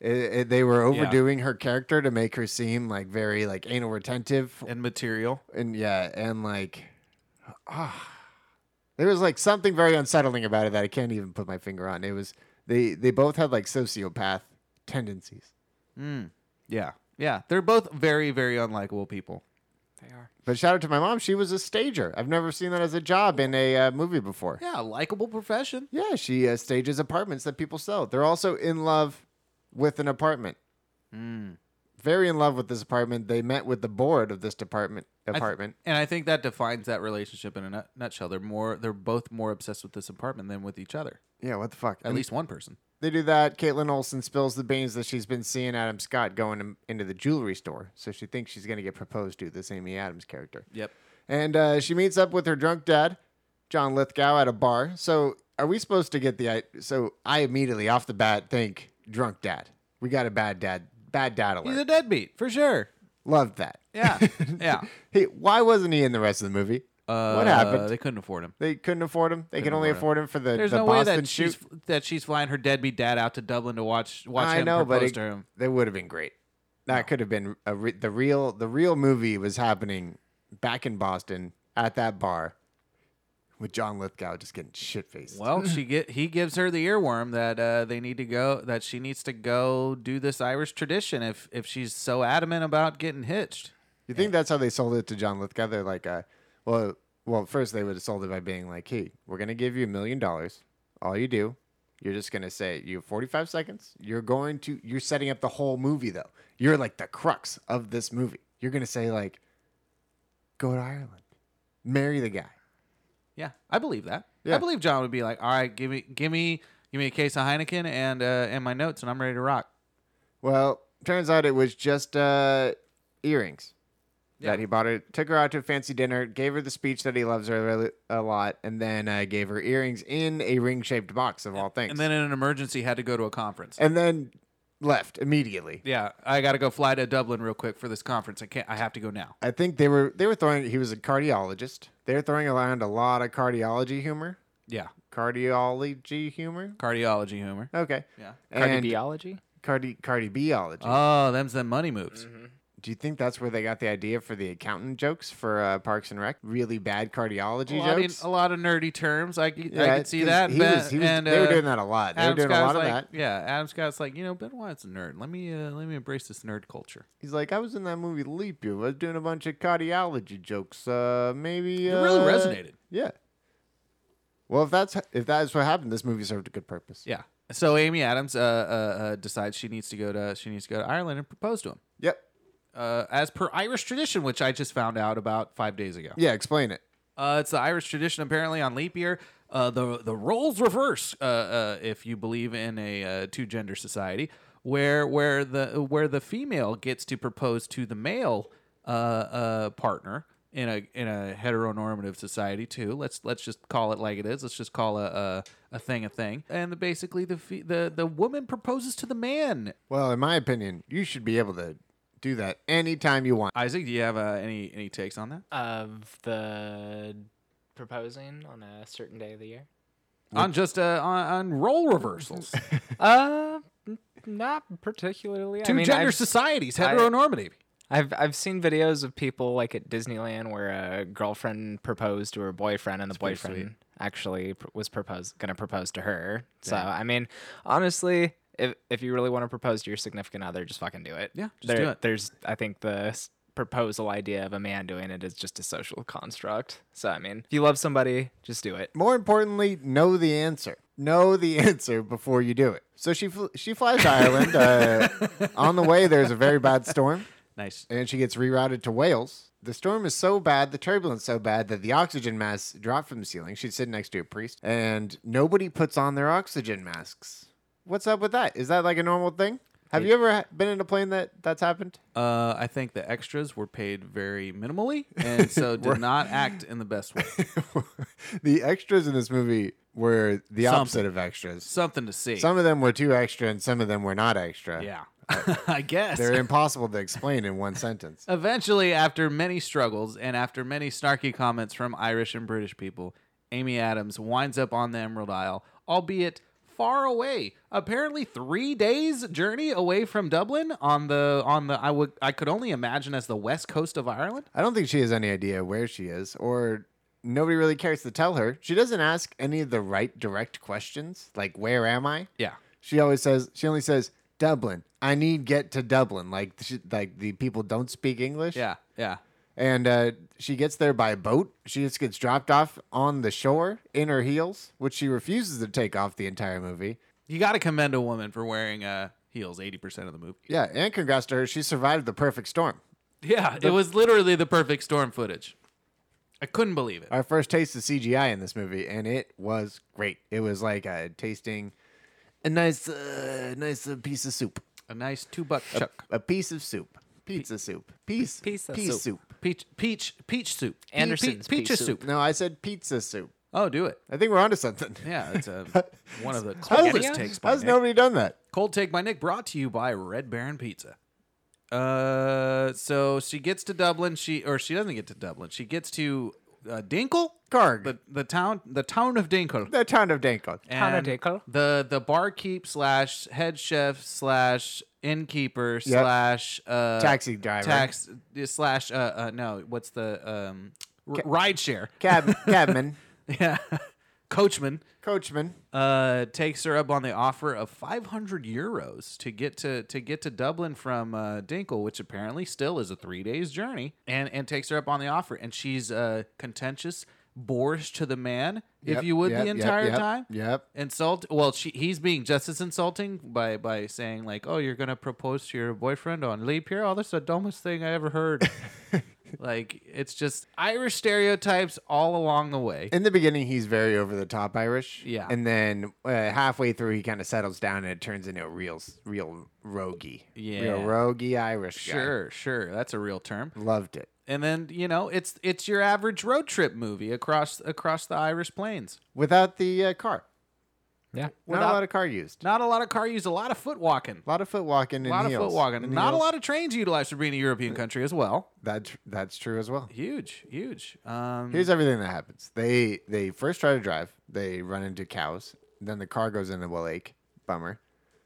It, it- they were Yeah. overdoing her character to make her seem like very like anal retentive, and material. and yeah, and like, ah, there was like something very unsettling about it that I can't even put my finger on. It was they they both had like sociopath tendencies, Yeah, yeah, they're both very very unlikable people. They are. but shout out to my mom, she was a stager. I've never seen that as a job in a uh, movie before. Yeah, likable profession. Yeah, she uh, stages apartments that people sell. They're also in love with an Mm. apartment. Very in love with this apartment. They met with the board of this department I th- apartment. and I think that defines that relationship in a nut- nutshell. They're more they're both more obsessed with this apartment than with each other. yeah, what the fuck? At And least one person. they do that. Caitlin Olsen spills the beans that she's been seeing Adam Scott going in- into the jewelry store, so she thinks she's gonna get proposed to this Amy Adams character. Yep. And uh, she meets up with her drunk dad, John Lithgow, at a bar. So are we supposed to get the? I- So I immediately off the bat think drunk dad. We got a bad dad. Bad dad alert. He's a deadbeat for sure. Loved that. Yeah. Yeah. Uh, Hey, why wasn't he in the rest of the movie? what happened? They couldn't afford him. They couldn't afford him. They Couldn't could only afford afford him, for the, There's the no way Boston that shoot. she's that she's flying her deadbeat dad out to Dublin to watch watch I him know, but propose it, to him. that would have been great. That could have been a re- the real the real movie was happening back in Boston at that bar with John Lithgow just getting shit faced. Well, she get he gives her the earworm that uh, they need to go that she needs to go do this Irish tradition if if she's so adamant about getting hitched. You think that's how they sold it to John Lithgow? They're like, uh, well, well, first they would have sold it by being like, hey, we're gonna give you a million dollars. All you do, you're just gonna say you have 45 seconds. You're going to, you're setting up the whole movie though. You're like the crux of this movie. You're gonna say like, go to Ireland, marry the guy. Yeah, I believe that. I Yeah. believe John would be like, "All right, give me give me give me a case of Heineken and uh, and my notes, and I'm ready to rock." Well, turns out it was just uh, earrings Yeah. that he bought her. Took her out to a fancy dinner, gave her the speech that he loves her really, a lot, and then uh, gave her earrings in a ring-shaped box of all things. And then in an emergency, had to go to a conference. and then left immediately. Yeah, I got to go fly to Dublin real quick for this conference. I can't. I have to go now. I think they were they were throwing. He was a cardiologist. They were throwing around a lot of cardiology humor. Yeah, Cardiology humor. cardiology humor. Okay. Yeah. And Cardiology? cardi cardiology. Oh, them's the money moves. Mm-hmm. Do you think that's where they got the idea for the accountant jokes for uh, Parks and Rec? Really bad cardiology A lot, in, jokes. a lot of nerdy terms. I, c- I Yeah, could see 'cause that. He Ben- was, he was, and, they were uh, doing that a lot. They Adam were doing Scott's a lot of like, that. Yeah, Adam Scott's like, you know, Ben Wyatt's a nerd. Let me uh, let me embrace this nerd culture. He's like, I was in that movie Leap Year. I was doing a bunch of cardiology jokes. Uh, maybe It uh, really resonated. Yeah. Well, if that's if that's what happened, this movie served a good purpose. Yeah. So Amy Adams uh, uh, uh, decides she needs to go to she needs to go to Ireland and propose to him, Yep. uh, as per Irish tradition, which I just found out about five days ago. Yeah. Explain it. Uh, it's the Irish tradition, apparently, on leap year. Uh, the the roles reverse, uh, uh, if you believe in a uh, two gender society, where where the where the female gets to propose to the male uh, uh, partner in a in a heteronormative society too. Let's let's just call it like it is. Let's just call a a, a thing a thing. And basically, the fe- the the woman proposes to the man. Well, in my opinion, you should be able to do that anytime you want. Isaac, do you have uh, any any takes on that? Of the proposing on a certain day of the year? On just uh, on, on role reversals, Uh, n- not particularly. I two mean, gender I've, societies, heteronormative. I've I've seen videos of people like at Disneyland where a girlfriend proposed to her boyfriend, and the pretty boyfriend actually pr- was proposed gonna propose to her. So I mean, honestly, if if you really want to propose to your significant other, just fucking do it. Yeah, just There- do it. There's I think the s- proposal idea of a man doing it is just a social construct. So I mean, if you love somebody, just do it. More importantly, know the answer. Know the answer before you do it. So she fl- she flies to Ireland. Uh, on the way, there's a very bad storm. Nice. and she gets rerouted to Wales. The storm is so bad, the turbulence so bad that the oxygen mask dropped from the ceiling. She's sitting next to a priest, and nobody puts on their oxygen masks. What's up with that? Is that like a normal thing? Have you ever ha- been in a plane that that's happened? Uh, I think the extras were paid very minimally, and so did not act in the best way. the extras in this movie were the Something. opposite of extras. Something to see. Some of them were too extra, and some of them were not extra. yeah, I guess. They're impossible to explain in one sentence. Eventually, after many struggles and after many snarky comments from Irish and British people, Amy Adams winds up on the Emerald Isle, albeit far away. Apparently, three days journey away from Dublin on the on the I would I could only imagine as the west coast of Ireland. I don't think she has any idea where she is, or nobody really cares to tell her. She doesn't ask any of the right direct questions, like "Where am I?" Yeah, She always says she only says Dublin. I need get to Dublin. Like she, like the people don't speak English. yeah, yeah. and uh, she gets there by boat. She just gets dropped off on the shore in her heels, which she refuses to take off the entire movie. You got to commend a woman for wearing uh, heels eighty percent of the movie. Yeah, and congrats to her. She survived the perfect storm. Yeah, it was literally the perfect storm footage. I couldn't believe it. Our first taste of CGI in this movie, and it was great. It was like uh, tasting a nice, uh, nice uh, piece of soup. A nice two buck A- chuck. A, piece of soup. Pizza soup. Piece. Pizza piece soup. Peach, peach, peach soup. Pe- pe- Anderson's peach peaches soup. No, I said pizza soup. Oh, do it. I think we're onto something. Yeah, it's a, one of the How's, coldest takes by how's Nick. nobody done that? Cold Take by Nick, brought to you by Red Baron Pizza. Uh, so she gets to Dublin. She or she doesn't get to Dublin. She gets to uh, Dinkle, Carg. the the town, the town of Dinkle. The town of Danko. Town of And Dinkle. The the barkeep slash head chef slash innkeeper Yep. slash uh, Taxi driver. tax slash uh, uh no what's the um r- ride share Cab, cabman. yeah coachman Coachman. uh, takes her up on the offer of 500 euros to get to to get to Dublin from uh, Dinkle, which apparently still is a three days journey, and and takes her up on the offer, and she's uh, contentious, boorish to the man, Yep, if you would, yep, the yep, entire yep, time. yep. Insult. Well, she he's being just as insulting by by saying like, "Oh, you're gonna propose to your boyfriend on leap year." Oh, that's the dumbest thing I ever heard. like it's just Irish stereotypes all along the way. In the beginning, he's very over the top Irish. Yeah. And then uh, halfway through, he kind of settles down and it turns into a real, s- real roguey. Real Yeah. roguey Irish guy. Sure, sure. That's a real term. Loved it. and then you know it's it's your average road trip movie across across the Irish plains. Without the uh, car. Yeah. Not Without- a lot of car used. Not a lot of car use, a lot of foot walking, a lot of foot walking. a lot of foot walking. Not a lot of trains utilized for being a European country as well. That's that's true as Hmm. well. Huge, huge. Um, Here's everything that happens. They they first try to drive. They run into cows. Then the car goes into a lake. Bummer.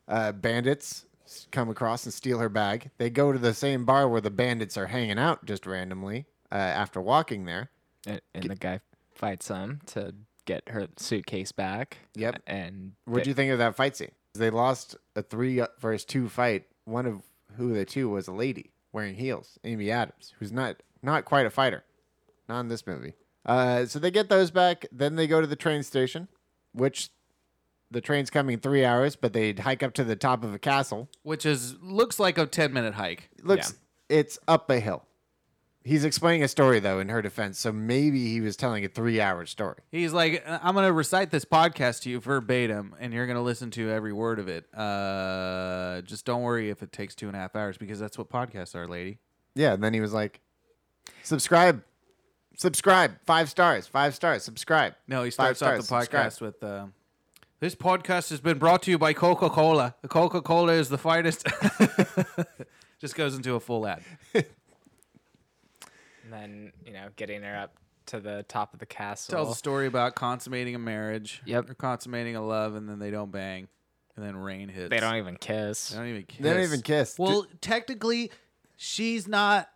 Uh, bandits s- come across and steal her bag. They go to the same bar where the bandits are hanging out just randomly. Uh, after walking there, And, and the guy fights them to get her suitcase back. Yep. And what do you th- think of that fight scene? They lost a three versus two fight. One of who the two was a lady wearing heels, Amy Adams, who's not not quite a fighter, not in this movie. Uh, so they get those back. Then they go to the train station, which the train's coming in three hours, but they hike up to the top of a castle. which is looks like a ten minute hike. Looks, it's up a hill. He's explaining a story though in her defense, so maybe he was telling a three-hour story. He's like, "Uh, I'm gonna recite this podcast to you verbatim, and you're gonna listen to every word of it. Uh, just don't worry if it takes two and a half hours because that's what podcasts are, lady. Yeah, and then he was like, "Subscribe, subscribe, five stars, five stars, subscribe." No, he Five starts off the stars, podcast subscribe." with uh, this podcast has been brought to you by Coca Cola. Coca Cola is the finest. Just goes into a full ad. And then, you know, getting her up to the top of the castle. Tells a story about consummating a marriage. Yep. Or consummating a love, and then they don't bang, and then rain hits. They don't even kiss. They don't even kiss. They don't even kiss. Well, technically, she's not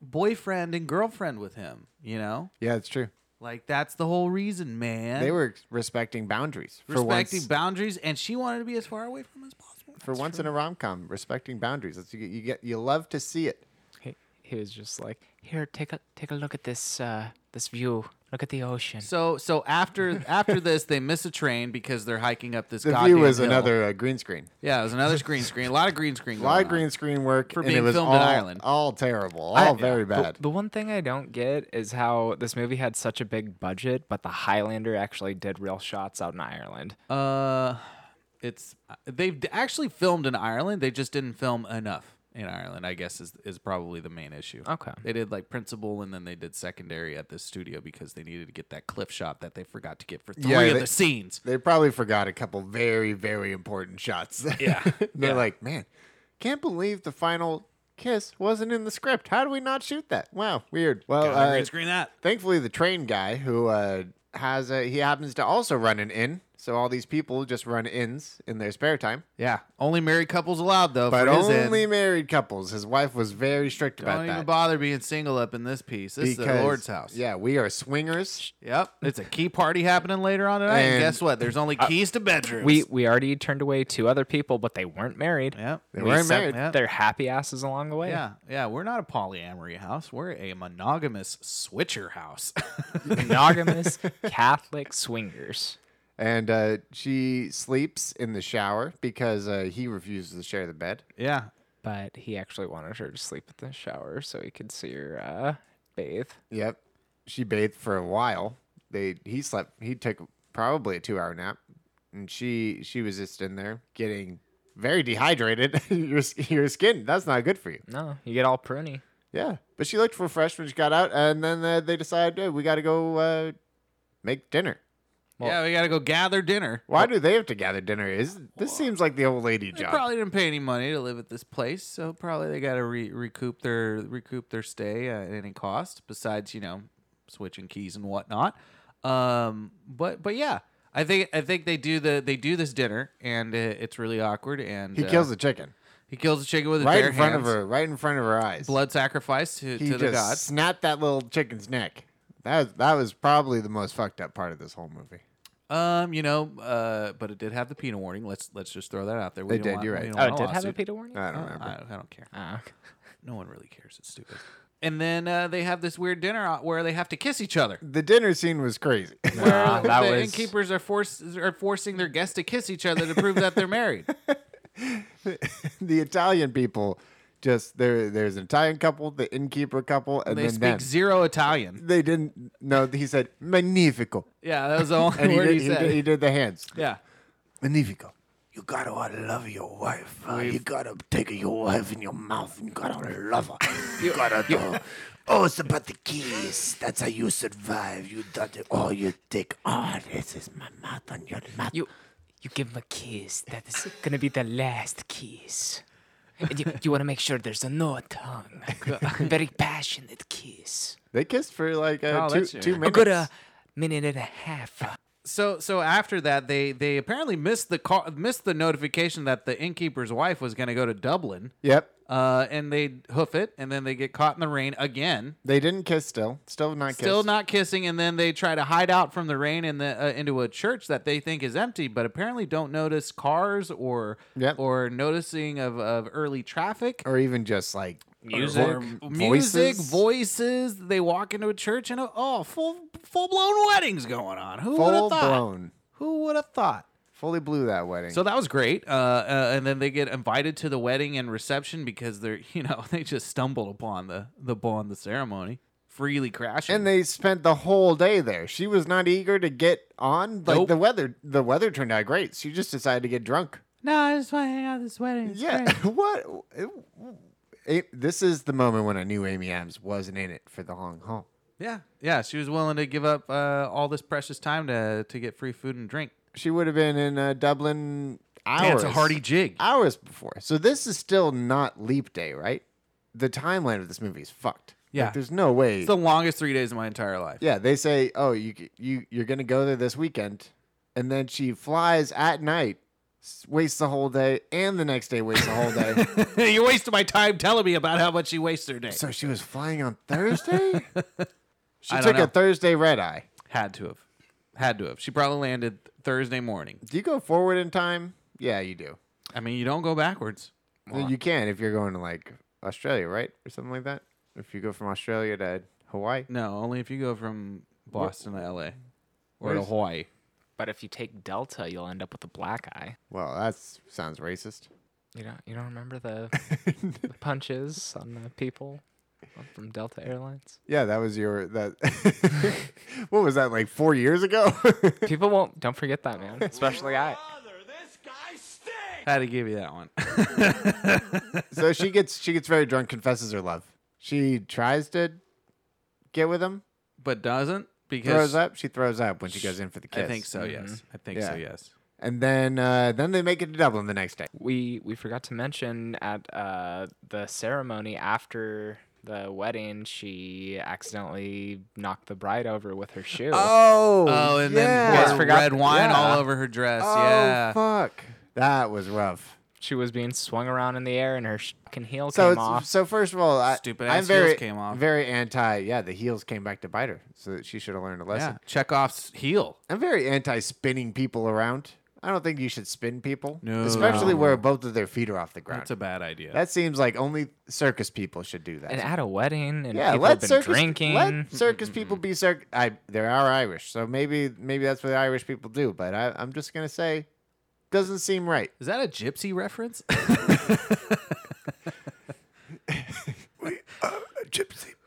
boyfriend and girlfriend with him. You know, yeah, it's true. like that's the whole reason, man. They were respecting boundaries for respecting once. boundaries, and she wanted to be as far away from him as possible. for once in a rom com, respecting boundaries. That's, you, get, you get you love to see it. He, he was just like, "Here, take a take a look at this uh this view. Look at the ocean." So so after after this, they miss a train because they're hiking up this. The goddamn view was hill. another uh, green screen. Yeah, it was another green screen. A lot of green screen. A lot going of green on. screen work For and it being was filmed all, in Ireland. All terrible. All I- very The- bad. The, one thing I don't get is how this movie had such a big budget, but the Highlander actually did real shots out in Ireland. Uh, it's they've d- actually filmed in Ireland. They just didn't film enough in Ireland. I guess is is probably the main issue. Okay. They did like principal and then they did secondary at this studio because they needed to get that cliff shot that they forgot to get for three Yeah, of they- the scenes. they probably forgot a couple very very important shots. Yeah, they're like, man, can't believe the final kiss wasn't in the script. How do we not shoot that? Wow, weird. Well, Gotta uh, green screen that. thankfully the train guy who uh, has a he happens to also run an inn. So all these people just run inns in their spare time. Yeah, only married couples allowed though. But for his only end. married couples. His wife was very strict Don't about even that. bother being single up in this piece. This is the Lord's house. Yeah, we are swingers. Yep. It's a key party happening later on tonight. And, And- guess what? There's only keys to bedrooms. We we already turned away two other people, but they weren't married. Yep. They We weren't sent married. Yeah. Their happy asses along the way. Yeah, yeah, we're not a polyamory house. We're a monogamous switcher house. Monogamous Catholic swingers. And uh, she sleeps in the shower because uh, he refuses to share the bed. yeah. but he actually wanted her to sleep in the shower so he could see her uh, bathe. Yep. She bathed for a while. They he slept he took probably a 2-hour nap and she she was just in there getting very dehydrated. your your skin that's not good for you. No, you get all pruny. Yeah. But she looked refreshed when she got out and then uh, they decided hey, we got to go uh, make dinner. yeah, we gotta go gather dinner. Why do they have to gather dinner? Is this seems like the old lady They job? probably didn't pay any money to live at this place, so probably they got to re- recoup their recoup their stay uh, at any cost. Besides, you know, switching keys and whatnot. Um, but but yeah, I think I think they do the they do this dinner, and uh, it's really awkward. And he uh, kills the chicken He kills the chicken with his right bare in front hands. of her, right in front of her eyes. Blood sacrifice to, he to the just gods. snapped that little chicken's neck. That was, that was probably the most fucked up part of this whole movie. Um, you know, uh, but it did have the PETA warning. Let's let's just throw that out there. We It don't did, want- you're we right. don't Oh, it want did have a lawsuit. PETA warning? I don't Uh, remember. I, I don't care. Ah, okay. No one really cares. It's stupid. And then uh, they have this weird dinner out where they have to kiss each other. The dinner scene was crazy. Ah, Nah, that the was innkeepers are forced are forcing their guests to kiss each other to prove that they're married. the Italian people just there. There's an Italian couple, the innkeeper couple, and they then speak them. zero Italian. they didn't. No, he said magnifico, Yeah, that was the only and he word did, he, he, said. did, he did the hands. yeah. Magnifico. You gotta love your wife. Uh, you gotta take your wife in your mouth and you gotta love her. You gotta do. Oh, it's about the keys. That's how you survive. You don't. Oh, you take. Oh, this is my mouth on your mouth. you. You give him a kiss. That is gonna be the last kiss. And you, you want to make sure there's a no tongue, very passionate kiss. uh, They kissed for like uh, Oh, two that's- two yeah. minutes. minute and a half. So so after that, they they apparently missed the call, missed the notification that the innkeeper's wife was going to go to Dublin. Yep. Uh, and they hoof it, and then they get caught in the rain again. They didn't kiss. Still, still not. Still kissed. not kissing, and then they try to hide out from the rain in the uh, into a church that they think is empty, but apparently don't notice cars or Yep. or noticing of, of early traffic Or even just like or vo- music, voices. voices. They walk into a church and uh, oh, full full blown weddings going on. Who would full have thought? blown, Who would have thought? fully blew that wedding. So that was great. Uh, uh, and then they get invited to the wedding and reception because they're you know they just stumbled upon the the upon the ceremony, freely crashing. and they spent the whole day there. She was not eager to get on. Like Nope. the weather, the weather turned out great. She just decided to get drunk. no, I just want to hang out at this wedding. It's yeah. great. what? It- this is the moment when I knew Amy Adams wasn't in it for the long haul. yeah, yeah. She was willing to give up uh, all this precious time to to get free food and drink. She would have been in uh, Dublin hours. Dance a hearty jig. hours before. So this is still not leap day, right? The timeline of this movie is fucked. Yeah. Like, there's no way. It's the longest three days of my entire life. yeah, they say, "Oh, you c- you you're going to go there this weekend." And then she flies at night, s- wastes the whole day, and the next day wastes the whole day. you wasted my time telling me about how much you wastes her day. so she was flying on Thursday? she I don't took know. a Thursday red eye. Had to have. Had to have. She probably landed Thursday morning. Do you go forward in time? Yeah, you do. I mean, you don't go backwards. Well, you can if you're going to like Australia, right? Or something like that. If you go from Australia to Hawaii. No, only if you go from Boston to LA or to Where's- Hawaii. But if you take Delta, you'll end up with a black eye. Well, that sounds racist. You don't you don't remember the, the punches on the people from Delta Airlines? Yeah, that was your that. what was that like four years ago? People won't don't forget that man, especially I. Had to give you that one. so she gets she gets very drunk, confesses her love. She tries to get with him, but doesn't throws because up. She throws up when she goes in for the I kiss. Mm-hmm. think so, yes. I think so, Yeah. yes. And then uh, then they make it to Dublin the next day. We we forgot to mention at uh, the ceremony after the wedding, she accidentally knocked the bride over with her shoe. Oh, Oh, and then Guys poured forgot red th- wine all yeah. over her dress. oh yeah. fuck, that was rough. She was being swung around in the air, and her fucking heel So came it's- off. so first of all, I, Stupid I'm ass heels very came off. very anti. Yeah, the heels came back to bite her, so that she should have learned a lesson. Yeah. Chekhov's heel. I'm very anti spinning people around. I don't think you should spin people, No. especially where both of their feet are off the ground. That's a bad idea. that seems like only circus people should do that. and at a wedding, and yeah, people have let been circus drinking. let circus people be circus. I they are Irish, so maybe maybe that's what the Irish people do. But I, I'm just gonna say, doesn't seem right. Is that a gypsy reference?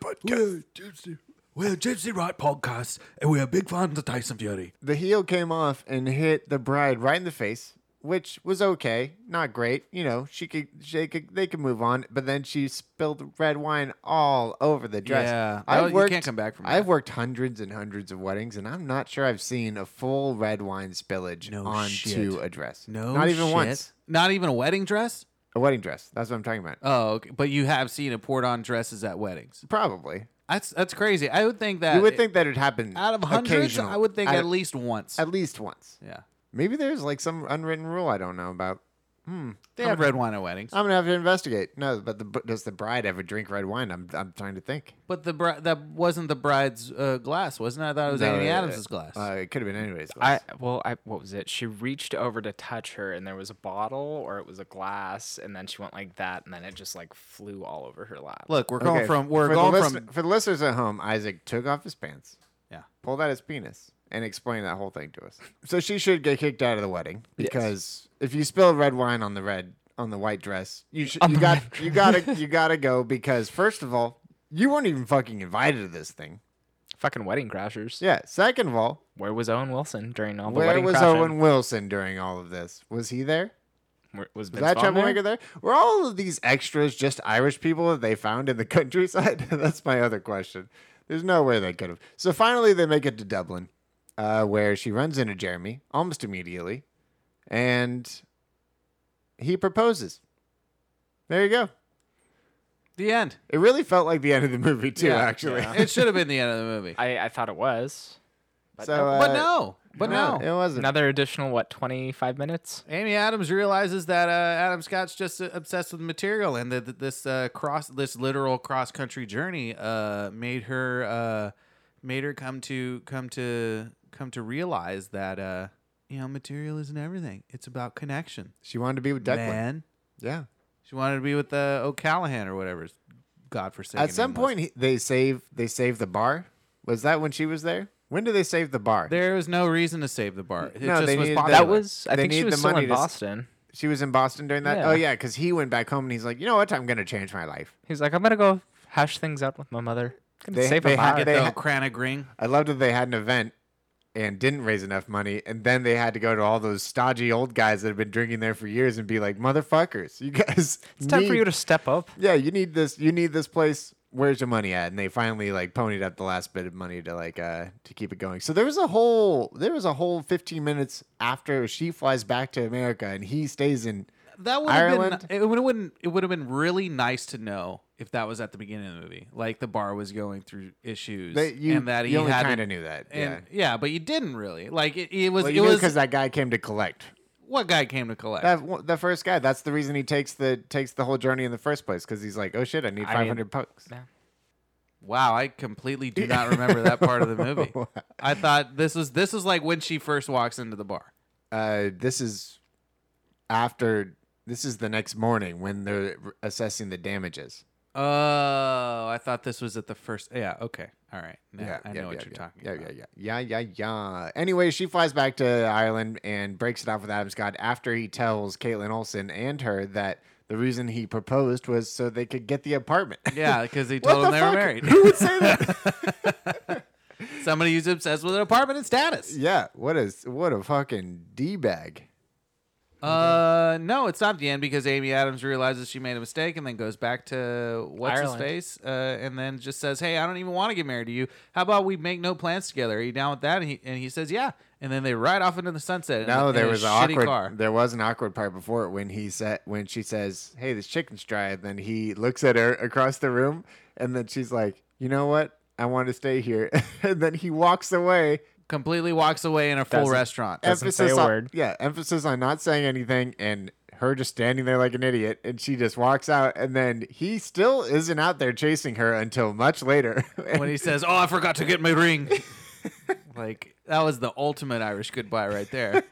podcast. We're Gypsy Right Podcast, and we are big fans of Tyson Fury. The heel came off and hit the bride right in the face, which was okay, not great. You know, she could, she could, they could move on, but then she spilled red wine all over the dress. Yeah. I've Well, you worked, can't come back from I've worked hundreds and hundreds of weddings, and I'm not sure I've seen a full red wine spillage No onto shit. a dress. No, not even shit. once. Not even a wedding dress. A wedding dress. That's what I'm talking about. Oh, okay. but you have seen it poured on dresses at weddings. Probably. That's that's crazy. I would think that You would think that it happened out of hundreds, occasional- I would think out at of- least once. at least once. yeah, Maybe there's like some unwritten rule I don't know about. Hmm. they have red wine at weddings. I'm gonna have to investigate. No, but the, but does the bride ever drink red wine? I'm I'm trying to think. But the bri- that wasn't the bride's uh, glass, wasn't it? I thought it was No, Anthony uh, Adams's glass. Uh, it could have been anybody's I glass. well, I what was it? She reached over to touch her, and there was a bottle or it was a glass, and then she went like that, and then it just like flew all over her lap. Look, we're going from we're for going the from listen- for the listeners at home. Isaac took off his pants, yeah. pulled out his penis, and explained that whole thing to us. So she should get kicked out of the wedding because if you spill red wine on the red on the white dress, you should you got you gotta you gotta go because first of all, you weren't even fucking invited to this thing. fucking wedding crashers. Yeah. Second of all, Where was Owen Wilson during all the Where wedding was crashing? Owen Wilson during all of this? Was he there? Where- was Was Vince that Vaughn there? troublemaker there? Were all of these extras just Irish people that they found in the countryside? That's my other question. There's no way they could have. So finally, they make it to Dublin, uh, where she runs into Jeremy almost immediately, and he proposes. There you go. The end. It really felt like the end of the movie too. Yeah. actually, It should have been the end of the movie. I, I thought it was so but uh, no. But no. it wasn't. another additional what twenty five minutes. Amy Adams realizes that uh, Adam Scott's just uh, obsessed with material, and that that this uh, cross, this literal cross country journey, uh, made her uh, made her come to come to come to realize that uh, you know material isn't everything. It's about connection, She wanted to be with Declan. man. Yeah. She wanted to be with uh, O'Callahan or whatever. his Godforsaken. At some name was. point, he, they save they save the bar. Was that when she was there? When did they save the bar? there was no reason to save the bar. It No, just they was needed popular. That That was I They think she need was the still money in to s- Boston. She was in Boston during that. Yeah. Oh yeah, because he went back home and he's like, you know what? I'm gonna change my life. He's like, I'm gonna go hash things out with my mother. Gonna They- save they a had- bar. get they the ha- O'Cranick ring. I loved that they had an event and didn't raise enough money, and then they had to go to all those stodgy old guys that have been drinking there for years and be like, motherfuckers, you guys. It's time for need- you to step up. Yeah, you need this. You need this place. Where's your money at? And they finally like ponied up the last bit of money to like uh to keep it going. So there was a whole there was a whole 15 minutes after she flies back to America and he stays in. that would have been Ireland? it would have it would have been really nice to know if that was at the beginning of the movie, like the bar was going through issues They- you- and that he you only had kinda knew that, and- yeah. but you didn't really. Like it, it was Well, it you was because that guy came to collect. what guy came to collect. That one- the first guy. That's the reason he takes the takes the whole journey in the first place because he's like, oh shit, I need I mean- 500 bucks. Yeah. wow, I completely do not remember that part of the movie. I thought this was this was like when she first walks into the bar. Uh, this is after. This is the next morning when they're assessing the damages. Oh, I thought this was at the first. Yeah, okay, all right. Now I know what you're talking yeah, about. Yeah, yeah, yeah, yeah, yeah. Anyway, she flies back to Ireland and breaks it off with Adam Scott after he tells Caitlin Olsen and her that the reason he proposed was so they could get the apartment. Yeah, because he What told him the they fuck? were married. Who would say that? Somebody who's obsessed with an apartment and status. yeah, what is what a fucking d bag. Uh, no, it's not the end because Amy Adams realizes she made a mistake and then goes back to what's Ireland. his face, uh, and then just says, "Hey, I don't even want to get married to you. How about we make no plans together? Are you down with that?" And he and he says, "Yeah." And then they ride off into the sunset. in a- No, in there a was an shitty awkward. car. There was an awkward part before it when he said when she says, "Hey, this chicken's dry." And then he looks at her across the room, and then she's like, "You know what? I want to stay here." and then he walks away. Completely walks away in a full Doesn't- restaurant. Doesn't say a on, word. Yeah, emphasis on not saying anything and her just standing there like an idiot. And she just walks out, and then he still isn't out there chasing her until much later. And when he says, "Oh, I forgot to get my ring," like that was the ultimate Irish goodbye right there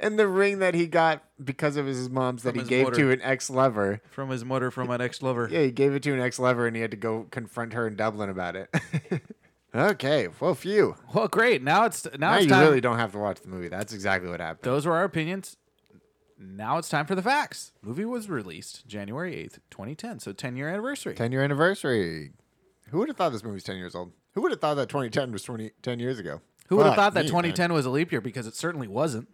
and the ring that he got because of his mom's that From he his gave motor. to an ex lover. from his mother, from an ex-lover. Yeah, he gave it to an ex lover and he had to go confront her in Dublin about it. okay, well, phew. Well, great. Now it's now, Now it's you time. really don't have to watch the movie. That's exactly what happened. Those were our opinions. Now it's time for the facts. Movie was released January 8th, 2010, so 10 year anniversary. 10 year anniversary. Who would have thought this movie was 10 years old? Who would have thought that 2010 was 20, 10 years ago? Who would have Fuck thought that me, man. 2010 was a leap year? Because it certainly wasn't.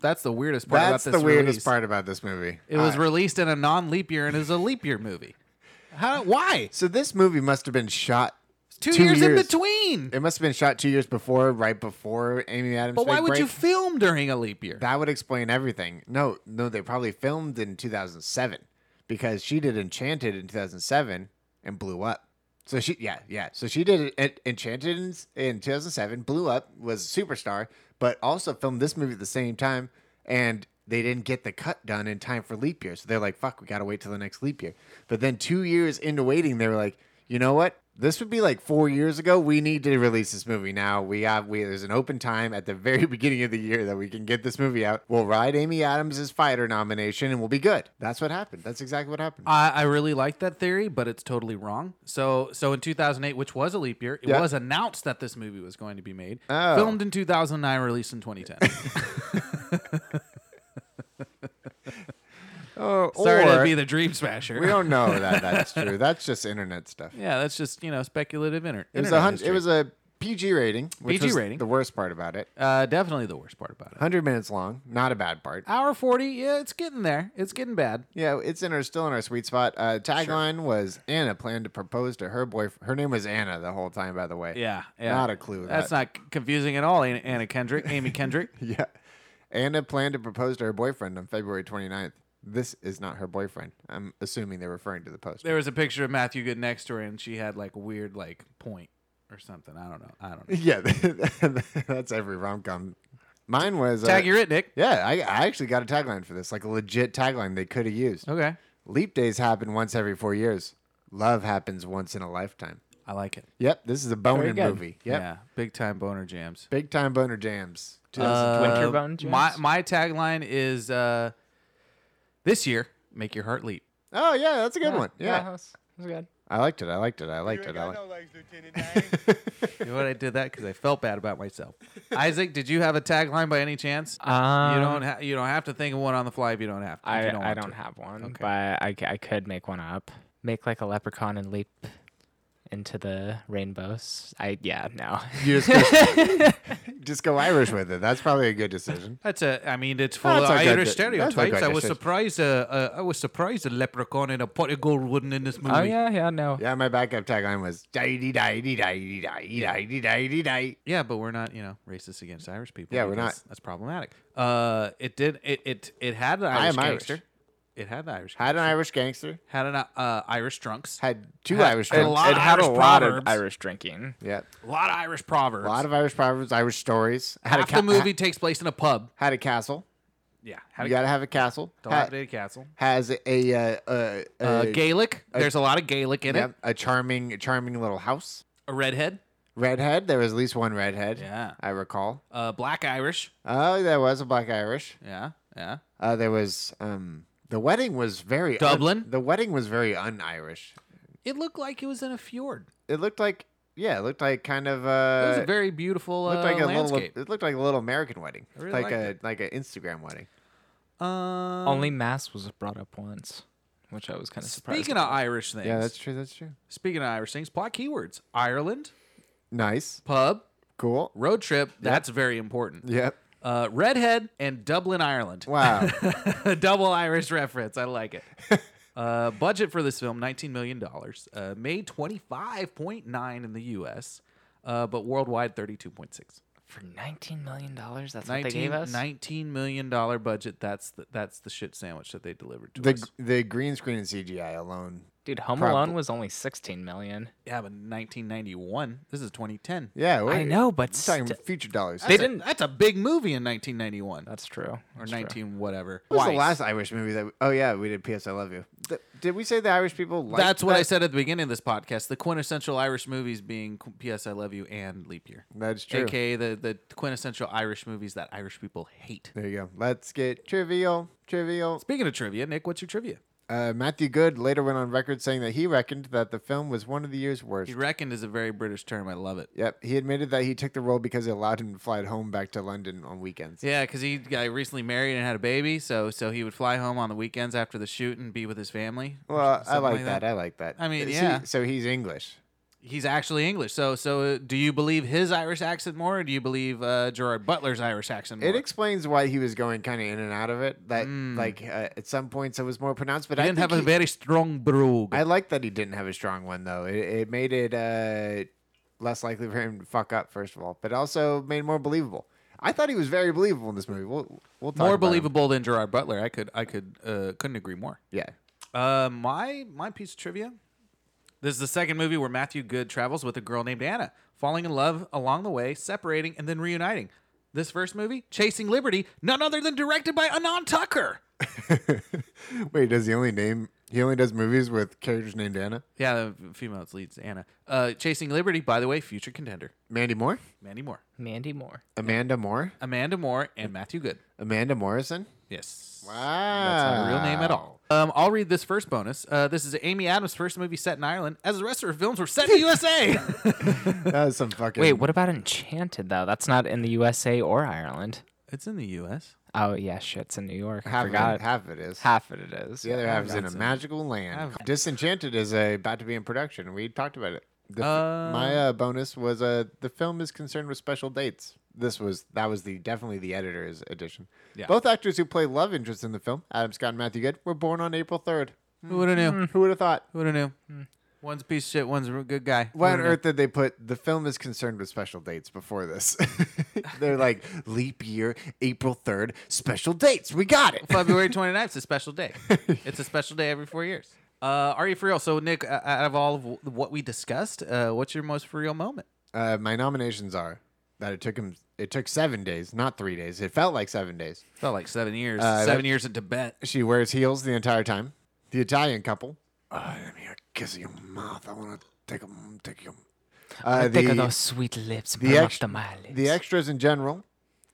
That's the weirdest part That's about this the weirdest release. part about this movie. It was I- released in a non-leap year and is a leap year movie. How? Why? so this movie must have been shot Two, years, in between. It must have been shot two years before, right before Amy Adams. But why Big would you Break. film during a leap year? That would explain everything. No, no, they probably filmed in 2007 because she did Enchanted in 2007 and blew up. So she, yeah, yeah. So she did En- Enchanted in, in 2007, blew up, was a superstar, but also filmed this movie at the same time. And they didn't get the cut done in time for leap year. So they're like, fuck, we got to wait till the next leap year. But then two years into waiting, they were like, you know what? This would be like four years ago. We need to release this movie now. We have we there's an open time at the very beginning of the year that we can get this movie out. We'll ride Amy Adams' fighter nomination and we'll be good. That's what happened. That's exactly what happened. I, I really like that theory, but it's totally wrong. So, so in 2008, which was a leap year, it Yeah. was announced that this movie was going to be made. Oh. Filmed in 2009, released in 2010. Oh, Sorry to or- be the dream smasher. we don't know that that's true. That's just internet stuff. yeah, that's just you know speculative inter- It was internet a hun- history. it was a PG rating. Which PG was rating. The worst part about it. uh, definitely the worst part about it. 100 minutes long. Not a bad part. Hour 40, yeah, it's getting there. It's getting bad. Yeah, it's in our still in our sweet spot. Uh, tagline was Anna planned to propose to her boyfriend. Her name was Anna the whole time, by the way. Yeah, yeah. Not a clue. That's that- not c- confusing at all. Anna- Anna Kendrick, Amy Kendrick. Yeah. Anna planned to propose to her boyfriend on February 29th. This is not her boyfriend. I'm assuming they're referring to the post. There was a picture of Matthew Good next to her, and she had like weird like point or something. I don't know. I don't know. Yeah, that's every rom com. Mine was uh, Tag, you're it, Nick. Yeah, I, I actually got a tagline for this, like a legit tagline they could have used. Okay, Leap days happen once every four years. Love happens once in a lifetime. I like it. Yep, this is a boner good. movie. Yep. Yeah, big time boner jams. Big time boner jams. Winter Uh, Bone Jams? My my tagline is uh, this year make your heart leap. oh yeah, that's a good one. Yeah. that was, that was good. I liked it. I liked it. I liked it. I liked You know what I did that because I felt bad about myself. Isaac, did you have a tagline by any chance? Um, you don't ha- you don't have to think of one on the fly if you don't have. if I, you I want don't to. have one, Okay. but I, c- I could make one up. Make like a leprechaun and leap into the rainbows. I yeah no. You just go, just go Irish with it. That's probably a good decision. That's a. I mean, it's full That's of a good- Irish that's a stereotypes. good I was decision. surprised. Uh, uh, I was surprised a leprechaun and a pot of gold wasn't in this movie. oh yeah yeah no. Yeah, my backup tagline was die die die die die die die die die. Yeah, but we're not, you know, racist against Irish people. Yeah, we're because not. That's problematic. Uh, it did. It it it had an Irish am Irish. gangster. It had the Irish. Had an Irish gangster. Had an uh, Irish drunks. Had two Had Irish. a drunks. lot it had Irish a lot proverbs. of Irish drinking. Yeah, a lot of Irish proverbs. a lot of Irish proverbs, Irish stories. Had Half a ca- the movie takes place in a pub. ha- had a castle. Yeah, had You a gotta have a castle. Ha- dilapidated castle. has a uh, uh, a, Uh, Gaelic. There's a lot of Gaelic in yep, it. a charming, charming little house. A redhead. Redhead. There was at least one redhead. Yeah. I recall. Uh, black Irish. Oh, there was a black Irish. Yeah, yeah. Uh, there was um, the wedding was very un- Dublin? the wedding was very un-Irish. It looked like it was in a fjord. It looked like yeah, it looked like kind of It was uh, a very beautiful uh, looked like a landscape. little it looked like a little American wedding, I really like liked a it. like an Instagram wedding. Oh, Um, Only mass was brought up once, which I was kind of surprised. speaking about. of Irish things. Yeah, that's true. That's true. Speaking of Irish things, plot keywords: Ireland, Nice, pub, cool. road trip. That's very important. Yep. Uh, redhead and Dublin, Ireland. Wow. Double Irish reference. I like it. uh, budget for this film: nineteen million dollars. Uh, made twenty five point nine in the U.S., uh, but worldwide thirty two point six. for nineteen million dollars, that's what they 19, gave us. 19 million dollar budget. That's the, that's the shit sandwich that they delivered to the us. the green screen and CGI alone. Dude, Home Probably. Alone was only sixteen million. Yeah, but 1991. This is 2010. Yeah, I know, but you're talking st- future dollars. They That's- didn't. That's a big movie in 1991 That's true. or That's true. 19 whatever. What was the Twice. last Irish movie that? We, oh yeah, we did. P.S. I love you. Th- did we say the Irish people? Liked That's what I that? said at the beginning of this podcast. The quintessential Irish movies being Qu- P.S. I Love You and Leap Year, That's true. aka the the quintessential Irish movies that Irish people hate. There you go. Let's get trivial. Trivial. Speaking of trivia, Nick, what's your trivia? Uh, Matthew Good later went on record saying that he reckoned that the film was one of the year's worst. He reckoned is a very British term. I love it. yep, he admitted that he took the role because it allowed him to fly home back to London on weekends. Yeah, because he got recently married and had a baby, so so he would fly home on the weekends after the shoot and be with his family. Well, I Something like that. I like that. I mean, See, yeah. so he's English. He's actually English. So, so uh, do you believe his Irish accent more, or do you believe uh, Gerard Butler's Irish accent more? Mm. It explains why he was going kind of in and out of it. That like uh, at some points it was more pronounced, but He I didn't think have a he- very strong brogue. I like that he didn't have a strong one though. It, it made it uh, less likely for him to fuck up first of all, but also made it more believable. I thought he was very believable in this movie. We'll we'll talk more about him. believable than Gerard Butler. I could, I could, uh, couldn't agree more. Yeah, Uh, my my piece of trivia. This is the second movie where Matthew Good travels with a girl named Anna, falling in love along the way, separating, and then reuniting. This first movie, Chasing Liberty, none other than directed by Anand Tucker. Wait, does he only name? He only does movies with characters named Anna. Yeah, the female leads Anna. Uh, Chasing Liberty, by the way, future contender Mandy Moore, Mandy Moore, Mandy Moore. Amanda Moore, Amanda Moore, and Matthew Good. Amanda Morrison. Ah, Yes. Wow, That's not her real name at all. Um, I'll read this first bonus. Uh, this is Amy Adams' first movie set in Ireland, as the rest of her films were set in the USA. That was some fucking. Wait, what about Enchanted though? That's not in the USA or Ireland. it's in the US. Oh yeah, shit, it's in New York. I Half of, forgot. it, half of it is. Half of it is. The other half is in a magical land. Disenchanted is uh about to be in production. We talked about it. The, f- my uh, bonus was uh, the film is concerned with special dates. This was that was the definitely the editor's edition. Yeah. Both actors who play love interests in the film, Adam Scott and Matthew Good, were born on April third. Who would have knew? Who would have thought? Who would have knew? One's a piece of shit, one's a good guy. Why on Who'da knew? earth did they put the film is concerned with special dates before this? They're like leap year, April third, special dates. We got it. February 29th is a special day. it's a special day every four years. Uh, are you for real? So, Nick, uh, out of all of w- what we discussed, uh, what's your most for real moment? uh, my nominations are that it took him it took seven days not three days it felt like seven days Felt like seven years. Uh, seven that- years in Tibet. she wears heels the entire time the italian couple i am here Uh, kiss your mouth i want to take them take them uh, Think of the, those sweet lips. the, The ex- the extras in general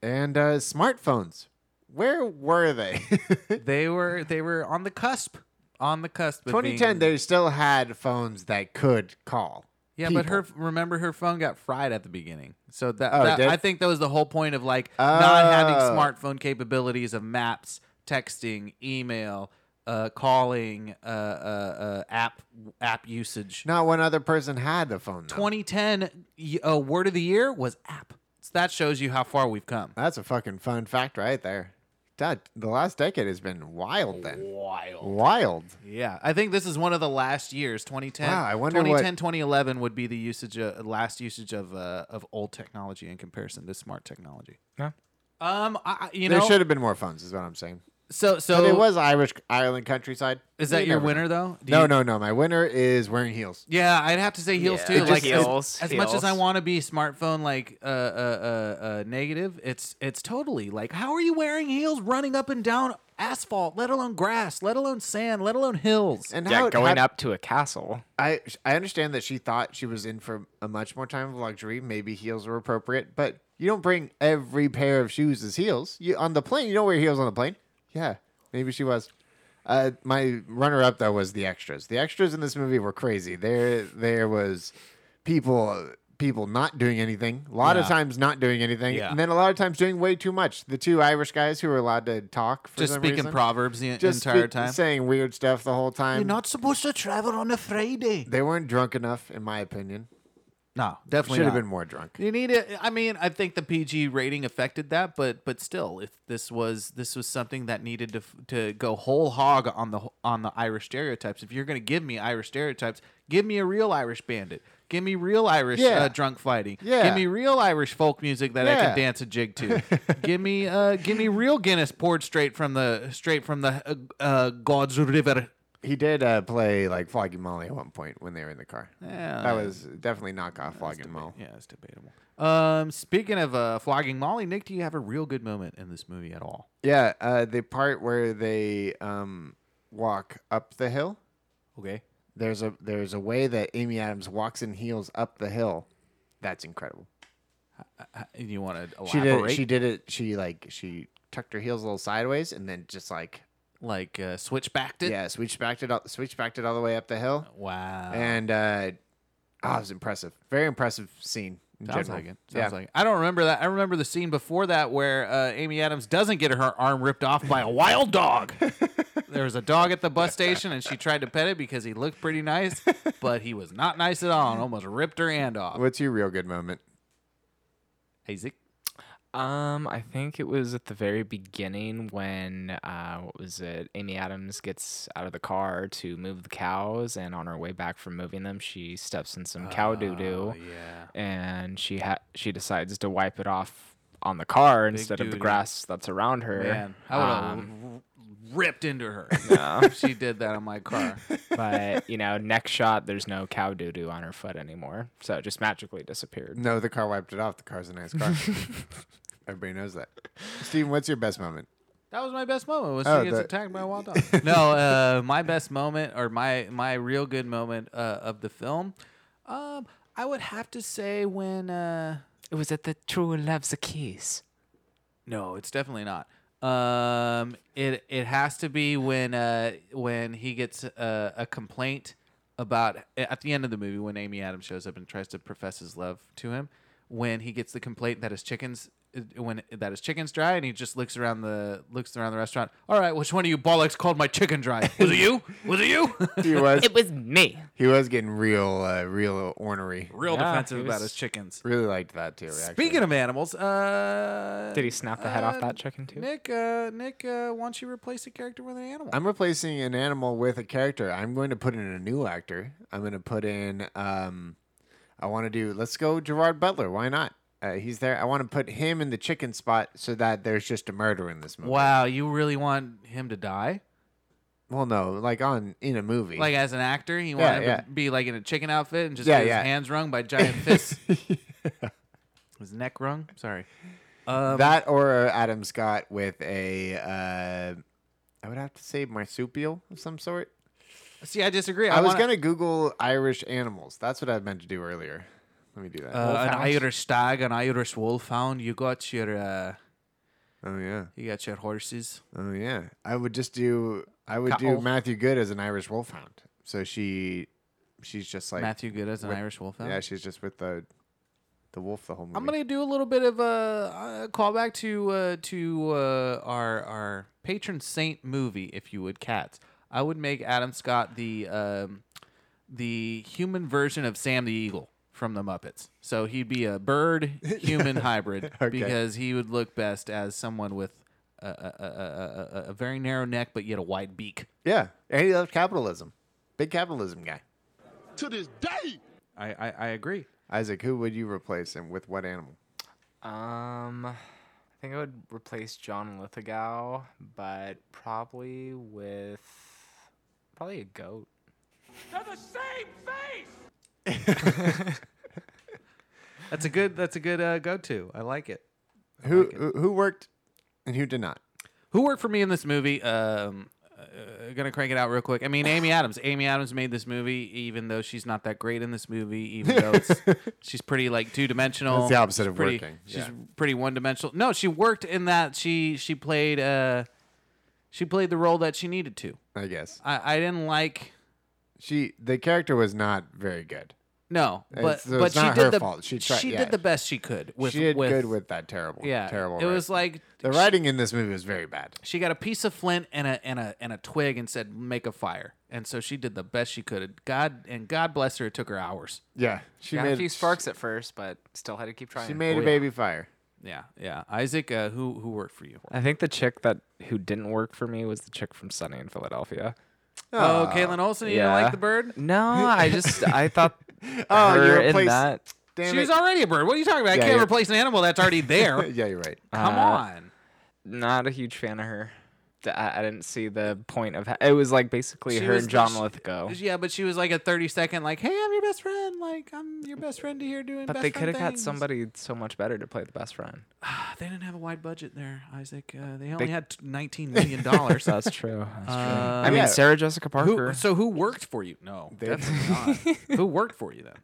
and uh, smartphones where were they They were they were on the cusp. On the cusp. of being- 2010 they still had phones that could call Yeah, but people. her remember her phone got fried at the beginning. So that, Oh, it that did? I think that was the whole point of like not having Oh. smartphone capabilities of maps, texting, email, uh, calling, uh, uh, uh, app app usage. not one other person had the phone though. 2010 y- uh, word of the year was app. So that shows you how far we've come. That's a fucking fun fact right there. That the last decade has been wild then. Wild. Wild. Yeah, I think this is one of the last years. 2010. Wow, I wonder what- 2010, 2011 would be the usage of, last usage of uh, of old technology in comparison to smart technology. Yeah. Um, I, I- you there know, should have been more phones, is what I'm saying. so so But it was Irish Ireland countryside. Is that You your never winner know. though? Do No, you- no, no. My winner is wearing heels. Yeah, I'd have to say heels Yeah. too. It just like as- heels, as, much as I heels. want to be smartphone like uh, uh, uh, uh, negative, it's it's totally like how are you wearing heels running up and down asphalt, let alone grass, let alone sand, let alone hills. And yeah, how, going how- up to a castle. I I understand that she thought she was in for a much more time of luxury. Maybe heels were appropriate, but you don't bring every pair of shoes as heels. You on the plane, you don't wear heels on the plane. Yeah, maybe she was. Uh, my runner up though was the extras. The extras in this movie were crazy. There there was people people not doing anything. A lot of Yeah. times not doing anything, Yeah. and then a lot of times doing way too much. The two Irish guys who were allowed to talk for Just some speaking reason, proverbs the just entire speak- time. saying weird stuff the whole time. You're not supposed to travel on a Friday. They weren't drunk enough, in my opinion. No, definitely Should have not. been more drunk. You need it. I mean, I think the PG rating affected that, but but still, if this was this was something that needed to f- to go whole hog on the on the Irish stereotypes. If you're going to give me Irish stereotypes, give me a real Irish bandit. Give me real Irish Yeah. uh, drunk fighting. Yeah. Give me real Irish folk music that I Yeah. can dance a jig to. give me uh give me real Guinness poured straight from the straight from the uh, uh, God's River. He did uh, play like Flogging Molly at one point when they were in the car. Yeah. that was definitely knockoff Flogging Molly. Yeah, it's debatable. Um, speaking of uh, flogging Molly, Nick, do you have a real good moment in this movie at all? Yeah, uh, the part where they um, walk up the hill. Okay. There's a there's a way that Amy Adams walks in heels up the hill. That's incredible. And you want to She elaborate? did she did it. She like she tucked her heels a little sideways and then just like like uh, switchbacked it. yeah, switchbacked it all, switchbacked it all the way up the hill. Wow. And uh, oh, it was impressive. Very impressive scene. in Sounds general. like it. Sounds like it. I don't remember that. I remember the scene before that where uh, Amy Adams doesn't get her arm ripped off by a wild dog. There was a dog at the bus station, and she tried to pet it because he looked pretty nice, but he was not nice at all, and almost ripped her hand off. What's your real good moment? Isaac, Um, I think it was at the very beginning when uh, what was it? Amy Adams gets out of the car to move the cows, and on her way back from moving them, she steps in some cow doo Oh, doo, yeah. and she ha- she decides to wipe it off on the car instead of doo-doo. the grass that's around her. man, I would have Um, ripped into her if she did that on my car. but you know, next shot, there's no cow doo doo on her foot anymore, so it just magically disappeared. No, the car wiped it off. The car's a nice car. Everybody knows that. Steven, what's your best moment? That was my best moment was Oh, she gets the- attacked by a wild dog. no, uh, my best moment or my my real good moment uh, of the film, um, I would have to say when. Uh, It was at the True Love's a Kiss. No, it's definitely not. Um, it it has to be when uh when he gets uh, a, a complaint about at the end of the movie when Amy Adams shows up and tries to profess his love to him. When he gets the complaint that his chickens uh, when that his chickens dry and he just looks around the looks around the restaurant. All right, which one of you bollocks called my chicken dry? Was it you? Was it you? He was It was me. he was getting real uh, real ornery. Real Yeah, defensive he about was- his chickens. Really liked that too. Speaking of animals, uh, Did he snap the head off Um, uh, that chicken too? Nick, uh, Nick, uh, why don't you replace the character with an animal? I'm replacing an animal with a character. I'm going to put in a new actor. I'm going to put in. Um, I want to do. Let's go, Gerard Butler. Why not? Uh, he's there. I want to put him in the chicken spot so that there's just a murder in this movie. Wow, you really want him to die? Well, no, like on in a movie. Like as an actor, you want Yeah, him yeah. to be like in a chicken outfit and just Yeah, get his yeah. hands wrung by giant fists. His neck wrung? Sorry. Um, that or uh, Adam Scott with a. Uh, I would have to say marsupial of some sort. see, I disagree. I, was wanna- gonna Google Irish animals. That's what I meant to do earlier. Let me do that. uh, an Wolfhound? Irish stag, an Irish wolfhound. You got your, uh, oh yeah. you got your horses. Oh yeah, I would just do. I would do Cattle. Matthew Good as an Irish wolfhound. So she, she's just like Matthew Good as an with- Irish wolfhound. Yeah, she's just with the, the wolf the whole movie. I'm gonna do a little bit of a uh, callback to uh, to uh, our our patron saint movie, if you would, cats. I would make Adam Scott the um, the human version of Sam the Eagle from the Muppets. So he'd be a bird human hybrid Okay. because he would look best as someone with a, a, a, a, a, a very narrow neck but yet a wide beak. Yeah, and he loves capitalism. Big capitalism guy. To this day. I I, I agree. Isaac, who would you replace him with? What animal? Um, I think I would replace John Lithgow, but probably with probably a goat. That's a good that's a good uh, go to. I like it. Who who- who worked, and who did not? Who worked for me in this movie? Um, uh, gonna crank it out real quick. I mean, Amy Adams. Amy Adams made this movie, even though she's not that great in this movie. Even though it's, she's pretty like two dimensional. That's the opposite of pretty, working, She's yeah. pretty one dimensional. No, she worked in that she she played uh she played the role that she needed to. I guess I, I didn't like she. The character was not very good. no, but It's- so but it's she not did her the fault. She tried- yeah. did the best she could with she did with, good with that terrible. yeah terrible. It was writing. like the writing in this movie was very bad. she got a piece of flint and a and a and a twig and said make a fire and so she did the best she could god and god bless her it took her hours Yeah, she Got made a few sparks at first, but still had to keep trying. She made Oh, a yeah. baby fire. yeah yeah isaac uh, who who worked for you I think the chick that who didn't work for me was the chick from Sunny in Philadelphia. oh Caitlin olson you didn't yeah. like the bird No, I just I thought Oh, you her in replaced- that. Damn she it. was already a bird what are you talking about Yeah, i can't yeah. replace an animal that's already there yeah, you're right. come Uh, on Not a huge fan of her. D- I, I didn't see the point of it. Was like basically She her was and the- John she- Lithgow. yeah but she was like a 30 second like hey i'm your best friend like i'm your best friend here doing But best they friend could have got things." Ah, somebody so much better to play the best friend. they didn't have a wide budget there isaac uh, they only had 19 million dollars That's true. That's true. Uh, I mean, yeah. Sarah Jessica Parker. Who, so who worked for you? No, definitely not. who worked for you then?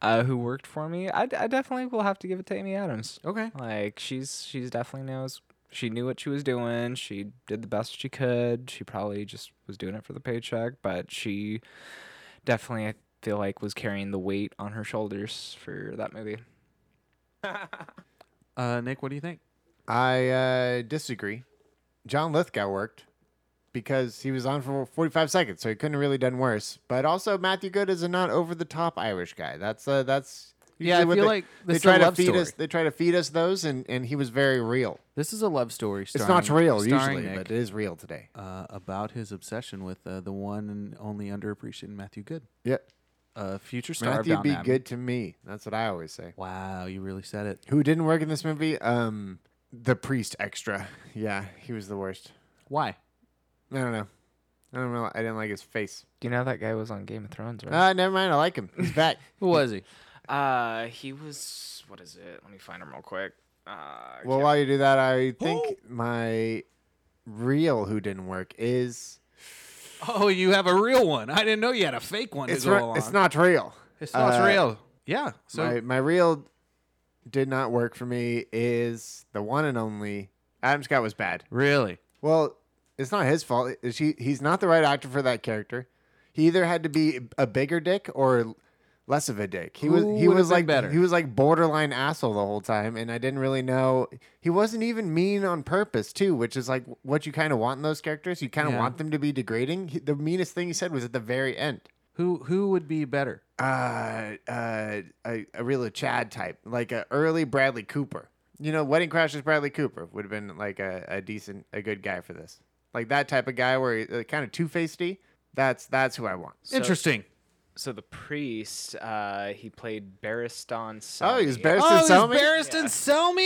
uh, who worked for me. I, d- I definitely will have to give it to Amy Adams. Okay. Like she's she's definitely knows she knew what she was doing. She did the best she could. She probably just was doing it for the paycheck, but she definitely I feel like was carrying the weight on her shoulders for that movie. Uh, Nick, what do you think? I uh, disagree. John Lithgow worked because he was on for 45 seconds, so he couldn't have really done worse. But also, Matthew Good is a not over the top Irish guy. That's uh, that's Yeah, I usually what feel they, like they this is a try to love feed story. us. They try to feed us those, and and he was very real. This is a love story. it's not starring- real starring usually, Nick, but it is real today. uh, about his obsession with uh, the one and only underappreciated Matthew Good, Yeah, uh, future star Matthew, of be Downton Abbey. good to me. That's what I always say. Wow, you really said it. Who didn't work in this movie? Um, the priest extra. Yeah, he was the worst. Why? I don't know. I don't know. I didn't like his face. You know that guy was on Game of Thrones, right? Ah, never mind. I like him. He's back. Who was he? Uh, he was. What is it? Let me find him real quick. Uh, Well, while you do that, I think my real who didn't work is Oh, you have a real one. I didn't know you had a fake one it's to go re- along. it's not real. It's not Uh, real. Yeah. So my my real did not work for me is the one and only Adam Scott was bad. really, Well, it's not his fault. Is he? He's not the right actor for that character. He either had to be a bigger dick or less of a dick. He Who was he would've was been like better? he was like borderline asshole the whole time, and I didn't really know. He wasn't even mean on purpose too, which is like what you kind of want in those characters. You kind of Yeah. want them to be degrading. He, the meanest thing he said was at the very end. who who would be better? Uh, uh, a, a real Chad type, like a early Bradley Cooper. You know, Wedding Crashers Bradley Cooper would have been like a, a decent, a good guy for this. Like that type of guy where he, uh, kind of two facedy. That's that's who I want. Interesting. so the priest, uh, he played Barristan. Oh, he was Selmy. Barristan oh, Selmy. he's Barristan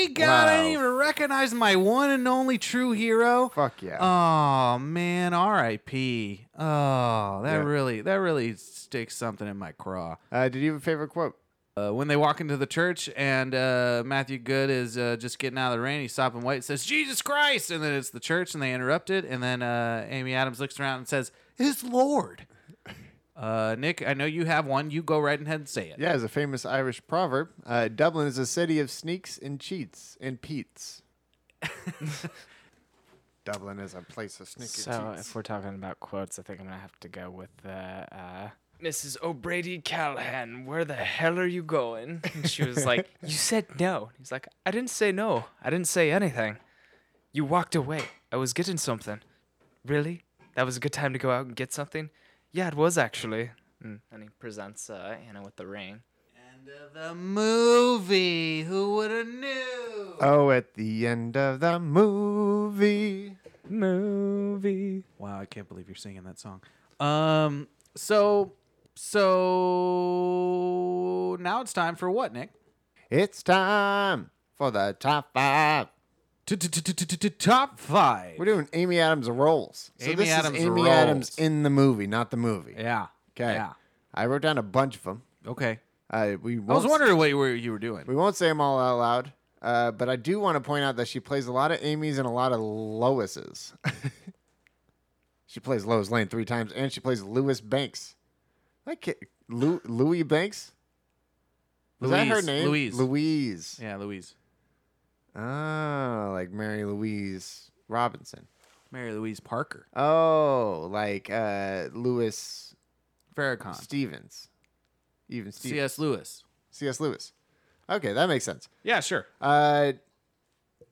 Selmy. God, I didn't Wow. even recognize my one and only true hero. Fuck yeah. Oh man, R.I.P. Oh, that Yeah. really that really sticks something in my craw. uh, did you have a favorite quote? Uh, when they walk into the church and uh, Matthew Good is uh, just getting out of the rain, he's stopping white, and says Jesus Christ, and then it's the church, and they interrupt it, and then uh, Amy Adams looks around and says, "His Lord." Uh, Nick, I know you have one. You go right ahead and say it. Yeah, it's a famous Irish proverb. Uh, Dublin is a city of sneaks and cheats and peats. Dublin is a place of sneaks So and cheats. if we're talking about quotes, I think I'm gonna have to go with uh, uh, Mrs. O'Brady Callahan. Where the hell are you going? And she was like, "You said no." He's like, "I didn't say no. I didn't say anything. You walked away. I was getting something. Really? That was a good time to go out and get something. Yeah, it was actually." Mm. And he presents uh, Anna with the ring. End of the movie. Who would have knew? Oh, at the end of the movie. Movie. Wow, I can't believe you're singing that song. Um, so, so now it's time for what, Nick? It's time for the top five. Top five. We're doing Amy Adams roles. So Amy this Adams is Amy roles. Adams in the movie, not the movie. Yeah. Okay. Yeah. I wrote down a bunch of them. Okay. Uh, we I was won't, wondering what you were, you were doing. We won't say them all out loud, uh, but I do want to point out that she plays a lot of Amy's and a lot of Lois's. she plays Lois Lane three times, and she plays Louis Banks. That kid, Lou, Louis Banks. Was that her Louise, name? Louise. Louise. Yeah, Louise. Oh, like Mary Louise Robinson. Mary Louise Parker. Oh, like uh Lewis Farrakhan. Stevens. Even Stevens. C.S. Lewis. C.S. Lewis. Okay, that makes sense. Yeah, sure. Uh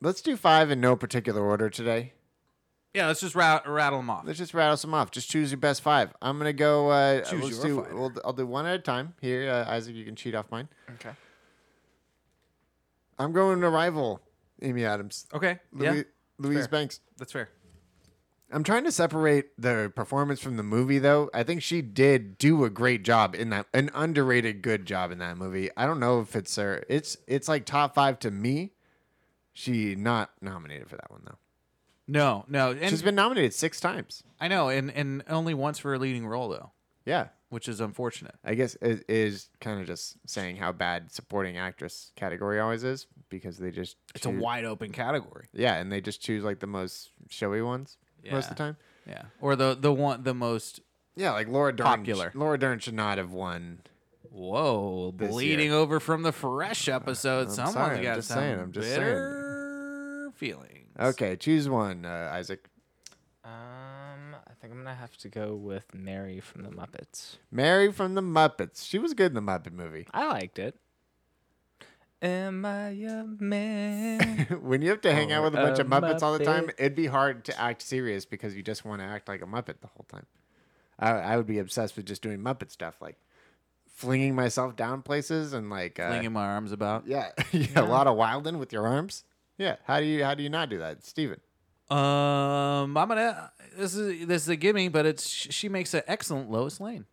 let's do 5 in no particular order today. Yeah, let's just ra- rattle them off. Let's just rattle some off. Just choose your best 5. I'm going to go uh Choose let's your do five. we'll, I'll do one at a time. Here, uh, Isaac, you can cheat off mine. Okay. I'm going to rival Amy Adams. Okay. Louis, Oh, yeah, Louise fair. Banks. that's fair. I'm trying to separate the performance from the movie, though. I think she did do a great job in that, an underrated good job in that movie. I don't know if it's her. It's it's like top five to me. She not nominated for that one though. No, no. And She's been nominated six times. I know, and, and only once for a leading role, though, Yeah, which is unfortunate. I guess it is kind of just saying how bad supporting actress category always is because they just It's a choose- wide open category. yeah, and they just choose like the most showy ones most of the Yeah. time. Yeah. Or the the one the most Yeah, like Laura Dern. Popular. Laura Dern should not have won whoa This bleeding year. over from the fresh episode. Someone's sorry, I'm got just some saying, I'm just saying. bitter feelings. Okay, choose one, uh, Isaac. Um, I think I'm gonna have to go with Mary from the Muppets. Mary from the Muppets. She was good in the Muppet movie. I liked it. Am I a man? when you have to hang out with a bunch a of Muppets all the time, Muppet. it'd be hard to act serious because you just want to act like a Muppet the whole time. I, I would be obsessed with just doing Muppet stuff, like flinging myself down places and like uh, flinging my arms about. yeah, yeah, a lot of wilding with your arms. Yeah, how do you how do you not do that, Steven? Um, I'm gonna. This is this is a gimme, but it's she makes an excellent Lois Lane.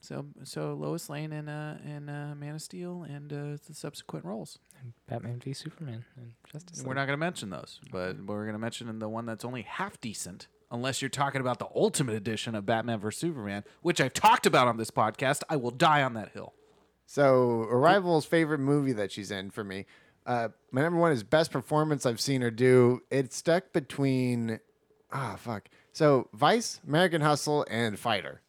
So so Lois Lane and uh and uh, Man of Steel and uh, the subsequent roles. Batman v Superman and Justice We're League. not gonna mention those, but we're gonna mention the one that's only half decent. Unless you're talking about the ultimate edition of Batman vs Superman, which I've talked about on this podcast, I will die on that hill. So Arrival's favorite movie that she's in for me. Uh, my number one is best performance I've seen her do. It's stuck between ah fuck. So Vice, American Hustle, and Fighter.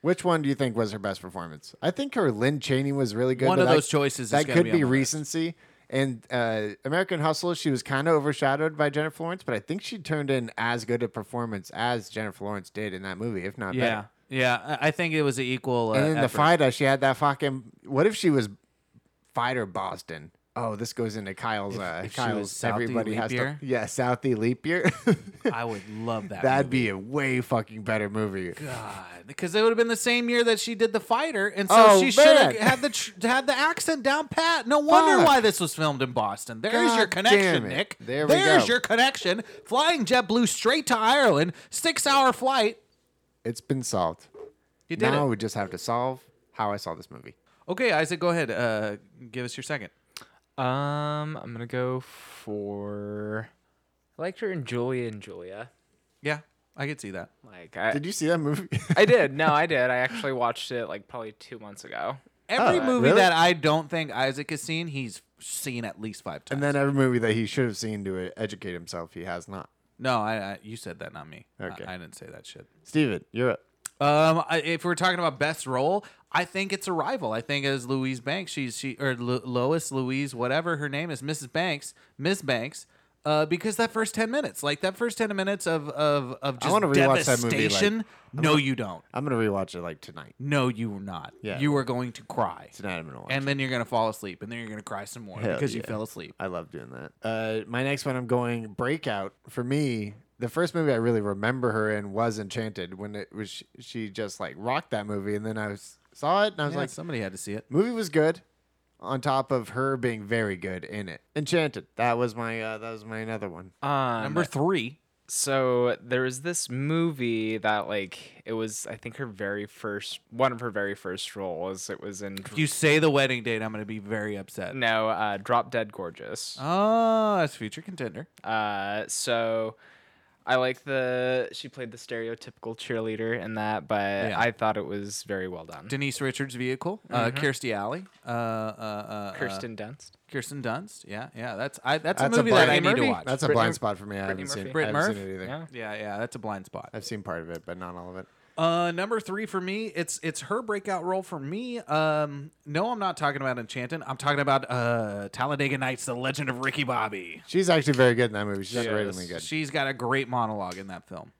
Which one do you think was her best performance? I think her Lynn Cheney was really good. One but of that- those choices is that gonna could be on be, the list. recency. And uh, American Hustle, she was kind of overshadowed by Jennifer Lawrence, but I think she turned in as good a performance as Jennifer Lawrence did in that movie, if not better. Yeah, yeah. I I think it was an equal. Uh, And in the effort. fighter, she had that fucking. What if she was fighter Boston? Oh, this goes into Kyle's. uh, if she was Kyle's. Southie everybody Leap has Year? to. Yeah, Southie leap year. I would love that. That'd movie. be a way fucking better movie. God, because it would have been the same year that she did the fighter, and so Oh, she should have man. had the tr- had the accent down pat. No wonder Fuck. why this was filmed in Boston. There's God your damn connection, it. Nick. There we There's go. your connection. Flying JetBlue straight to Ireland, six hour flight. It's been solved. You did Now it. we just have to solve how I saw this movie. Okay, Isaac, go ahead. Uh, give us your second. Um, I'm gonna go for. I liked her in Julia and Julia. Yeah, I could see that. Like I, Did you see that movie? I did. No, I did. I actually watched it like probably two months ago. Every Oh, movie really? that I don't think Isaac has seen, he's seen at least five times. and then uh, every movie that he should have seen to educate himself, he has not. no, I, I you said that, not me. I- Okay. I didn't say that shit. Steven, you're up. Um, I, if we're talking about best role, I think it's Arrival. I think as Louise Banks, she's she or Lu Lois Louise, whatever her name is, Mrs. Banks, Miss Banks. Uh, because that first ten minutes, like that first ten minutes of of of just wanna rewatch that movie, like- devastation. no, you don't. I'm gonna rewatch it like tonight. No, you're not. Yeah. you are going to cry, Tonight I'm gonna watch. and then you're gonna fall asleep, and then you're gonna cry some more Hell because you yeah. fell asleep. I love doing that. Uh, my next one, I'm going Breakout. For me, the first movie I really remember her in was Enchanted. When it was, she, she just like rocked that movie, and then I was, saw it, and I was Yeah, like, somebody had to see it. movie was good. On top of her being very good in it, Enchanted. That was my uh, that was my another one. Um, Number three. so there was this movie that like it was I think her very first one of her very first roles. It was in If you say the wedding date, I'm gonna be very upset. no uh, Drop Dead Gorgeous. Oh, that's future contender. Uh, so I like the she played the stereotypical cheerleader in that, but Yeah. I thought it was very well done. Denise Richards' vehicle, uh, Mm-hmm. Kirstie Alley, uh, uh, uh, Kirsten Dunst. uh, Kirsten Dunst. Yeah, yeah, that's I, that's, That's a a movie that I blind- need to Murphy? watch. That's a Brittany- blind spot for me. I Brittany haven't seen. Murphy. I Britt haven't seen it Murph? either. Yeah. yeah, yeah, that's a blind spot. I've seen part of it, but not all of it. Uh, number three for me, it's it's her breakout role for me. Um, no, I'm not talking about Enchanted. I'm talking about uh, Talladega Nights: The Legend of Ricky Bobby. She's actually very good in that movie. She's She really is. good. She's got a great monologue in that film.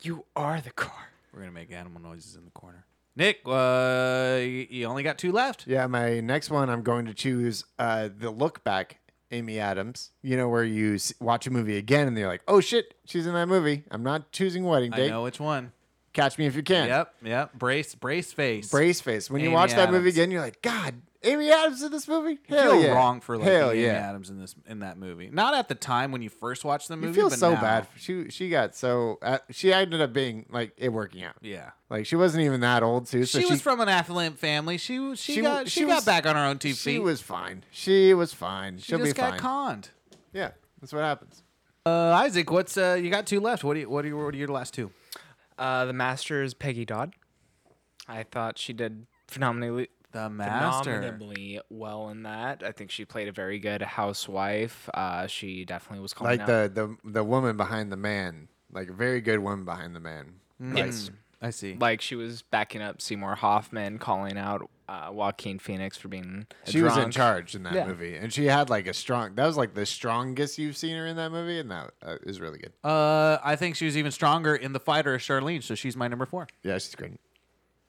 You are the car. We're gonna make animal noises in the corner. Nick, uh, you, you only got two left. Yeah, my next one I'm going to choose uh, the look back Amy Adams. You know where you s- watch a movie again and you're like, oh shit, she's in that movie. I'm not choosing wedding I date. know which one. Catch me if you can. Yep, yep. Brace, brace face. Brace face. When Amy you watch that movie Adams. again, you're like, God, Amy Adams in this movie. I Hell feel yeah. wrong for like Hell Amy yeah. Adams in this in that movie. Not at the time when you first watched the movie. You feel but so now- bad. She she got so uh, she ended up being like it working out. Yeah. Like she wasn't even that old too. So she, she, was from an affluent family. She w- she, She w- got she, she got was- back on her own two feet. She was fine. She was fine. She She'll just be got fine. conned. yeah, that's what happens. Uh, Isaac, what's uh, you got two left? What do you, what are your what are your last two? Uh, the master is Peggy Dodd. I thought she did phenomenally. The master. Phenomenally well in that. I think she played a very good housewife. Uh, she definitely was calling like out. the, the the woman behind the man, like a very good woman behind the man. Yes. I see. like she was backing up Seymour Hoffman, calling out uh, Joaquin Phoenix for being a She was in drunk. charge in that Yeah. movie, and she had like a strong. That was like the strongest you've seen her in that movie, and that uh, is really good. Uh, I think she was even stronger in the fighter as Charlene, so she's my number four. Yeah, she's great.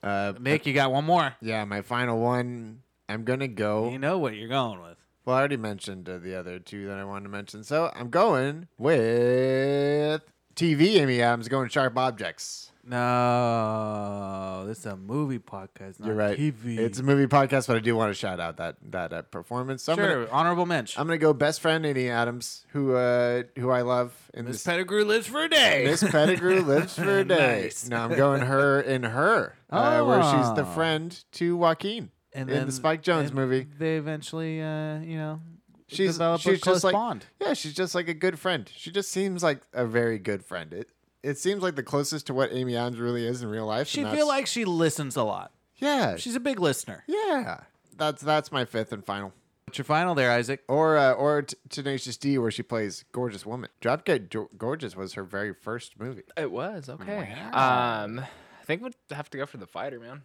Uh, Nick, you got one more. yeah, my final one. I'm gonna go. You know what you're going with. Well, I already mentioned uh, the other two that I wanted to mention, so I'm going with TV. Amy Adams going to Sharp Objects. No, this is a movie podcast, not You're right. TV. It's a movie podcast, but I do want to shout out that that uh, performance. So I'm sure gonna, honorable mention. I'm gonna go best friend Amy Adams, who uh, who I love in Miss this. Pettigrew lives for a day. Miss Pettigrew lives for a day. Nice. No, I'm going her in her, uh, where she's the Oh. friend to Joaquin in the Spike Jones and movie. They eventually, uh, you know, She's develop she's a close just like bond. yeah, she's just like a good friend. She just seems like a very good friend. It it seems like the closest to what Amy Adams really is in real life. She and feel that's- like she listens a lot. yeah, She's a big listener. yeah. That's that's my fifth and final. What's your final there, Isaac? Or uh, or T- Tenacious D, where she plays gorgeous woman. Dropkick G- Gorgeous was her very first movie. It was okay. Um, I think we'd have to go for the fighter, man.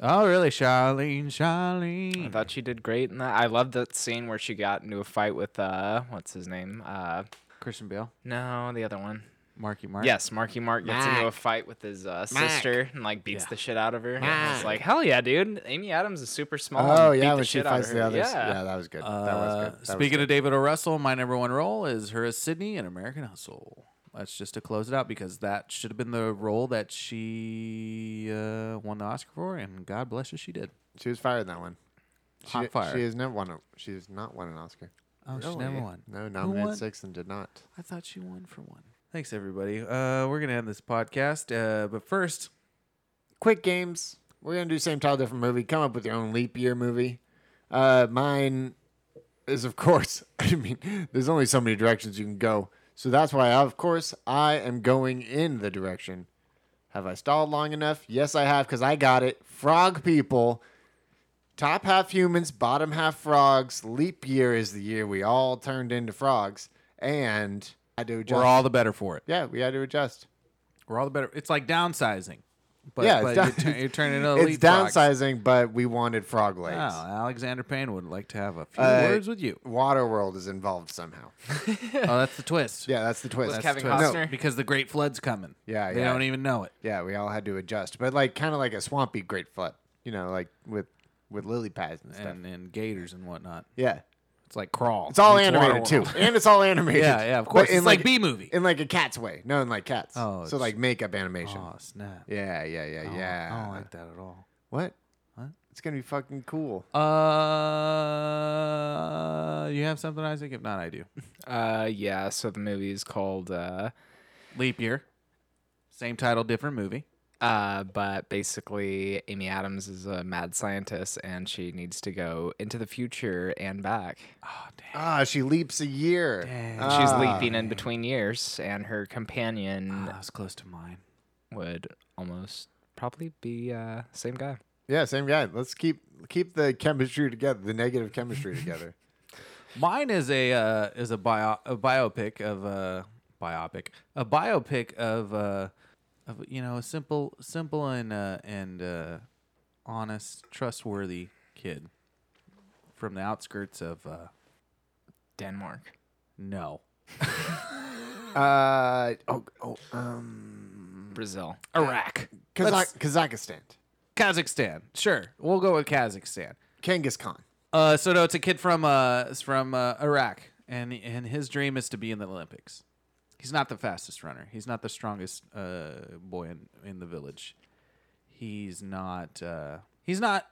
Oh, really, Charlene? I Charlene. thought Mm-hmm. she did great in that. I loved that scene where she got into a fight with uh, what's his name? Uh, Christian Bale, no, the other one. Marky Mark. Yes, Marky Mark gets into a fight with his uh, sister and like beats Yeah. the shit out of her. And it's like hell yeah, dude. Amy Adams is super small. Oh and beat yeah, the when she shit out of fights the her. others. Yeah. Yeah, that was good. that was Uh, good. That was speaking good. of David O. Russell, my number one role is her as Sydney in American Hustle. That's just to close it out because that should have been the role that she uh, won the Oscar for, and God bless her, she did. she was fired in that one. She, Hot fire. She has never won. A, she has not won an Oscar. Oh, she never won. No, won? nominated six and did not. I thought she won for one. Thanks, everybody. Uh, we're gonna end this podcast, uh, but first, quick games. We're gonna do same title, different movie. Come up with your own leap year movie. Uh, mine is of course. I mean, there's only so many directions you can go, so that's why, of course, I am going in the direction. Have I stalled long enough? Yes, I have, because I got it. Frog people. Top half humans, bottom half frogs. Leap year is the year we all turned into frogs, and I do adjust. we're all the better for it. yeah, we had to adjust. We're all the better. It's like downsizing, but, Yeah, but it's you're, down- turn- you're turning into It's elite frogs. downsizing, but we wanted frog legs. Oh, Alexander Payne would like to have a few Uh, words with you. Waterworld is involved somehow. Oh, that's the twist. Yeah, that's the twist. Was That's Kevin the twist. Costner- because the Great Flood's coming. Yeah, they yeah. don't even know it. No, yeah, we all had to adjust, but like kind of like a swampy great flood, you know, like with with lily pads and stuff. and, and gators and whatnot. yeah, It's like crawl. it's all It's animated too, Waterworld. and it's all animated. Yeah, yeah, of But course. in It's like B-movie. in like a cat's way, no, in like cats. Oh, Oh, so it's- like makeup animation. Oh snap! Yeah, yeah, yeah, I don't- yeah. I don't like that at all. What? What? It's gonna be fucking cool. Uh, you have something, Isaac? If not, I do. Uh, yeah. So the movie is called uh, Leap year, same title, different movie. Uh, but basically, Amy Adams is a mad scientist, and she needs to go into the future and back. Ah, she leaps a year. And she's Ah. leaping in between years, and her companion Mm, That was close to mine. would almost probably be uh same guy. Yeah, same guy. Let's keep keep the chemistry together, the negative chemistry together. Mine is a uh, is a bio a biopic of uh, biopic a biopic of uh, of you know a simple simple and uh, and uh, honest trustworthy kid from the outskirts of uh, Denmark. no Uh oh, oh um, Brazil. Iraq. Kazakh- Kazakhstan, Kazakhstan sure we'll go with Kazakhstan Kangas Khan. uh, so no it's a kid from uh, it's from uh, Iraq and and his dream is to be in the Olympics he's not the fastest runner. He's not the strongest uh, boy in, in the village. He's not uh, he's not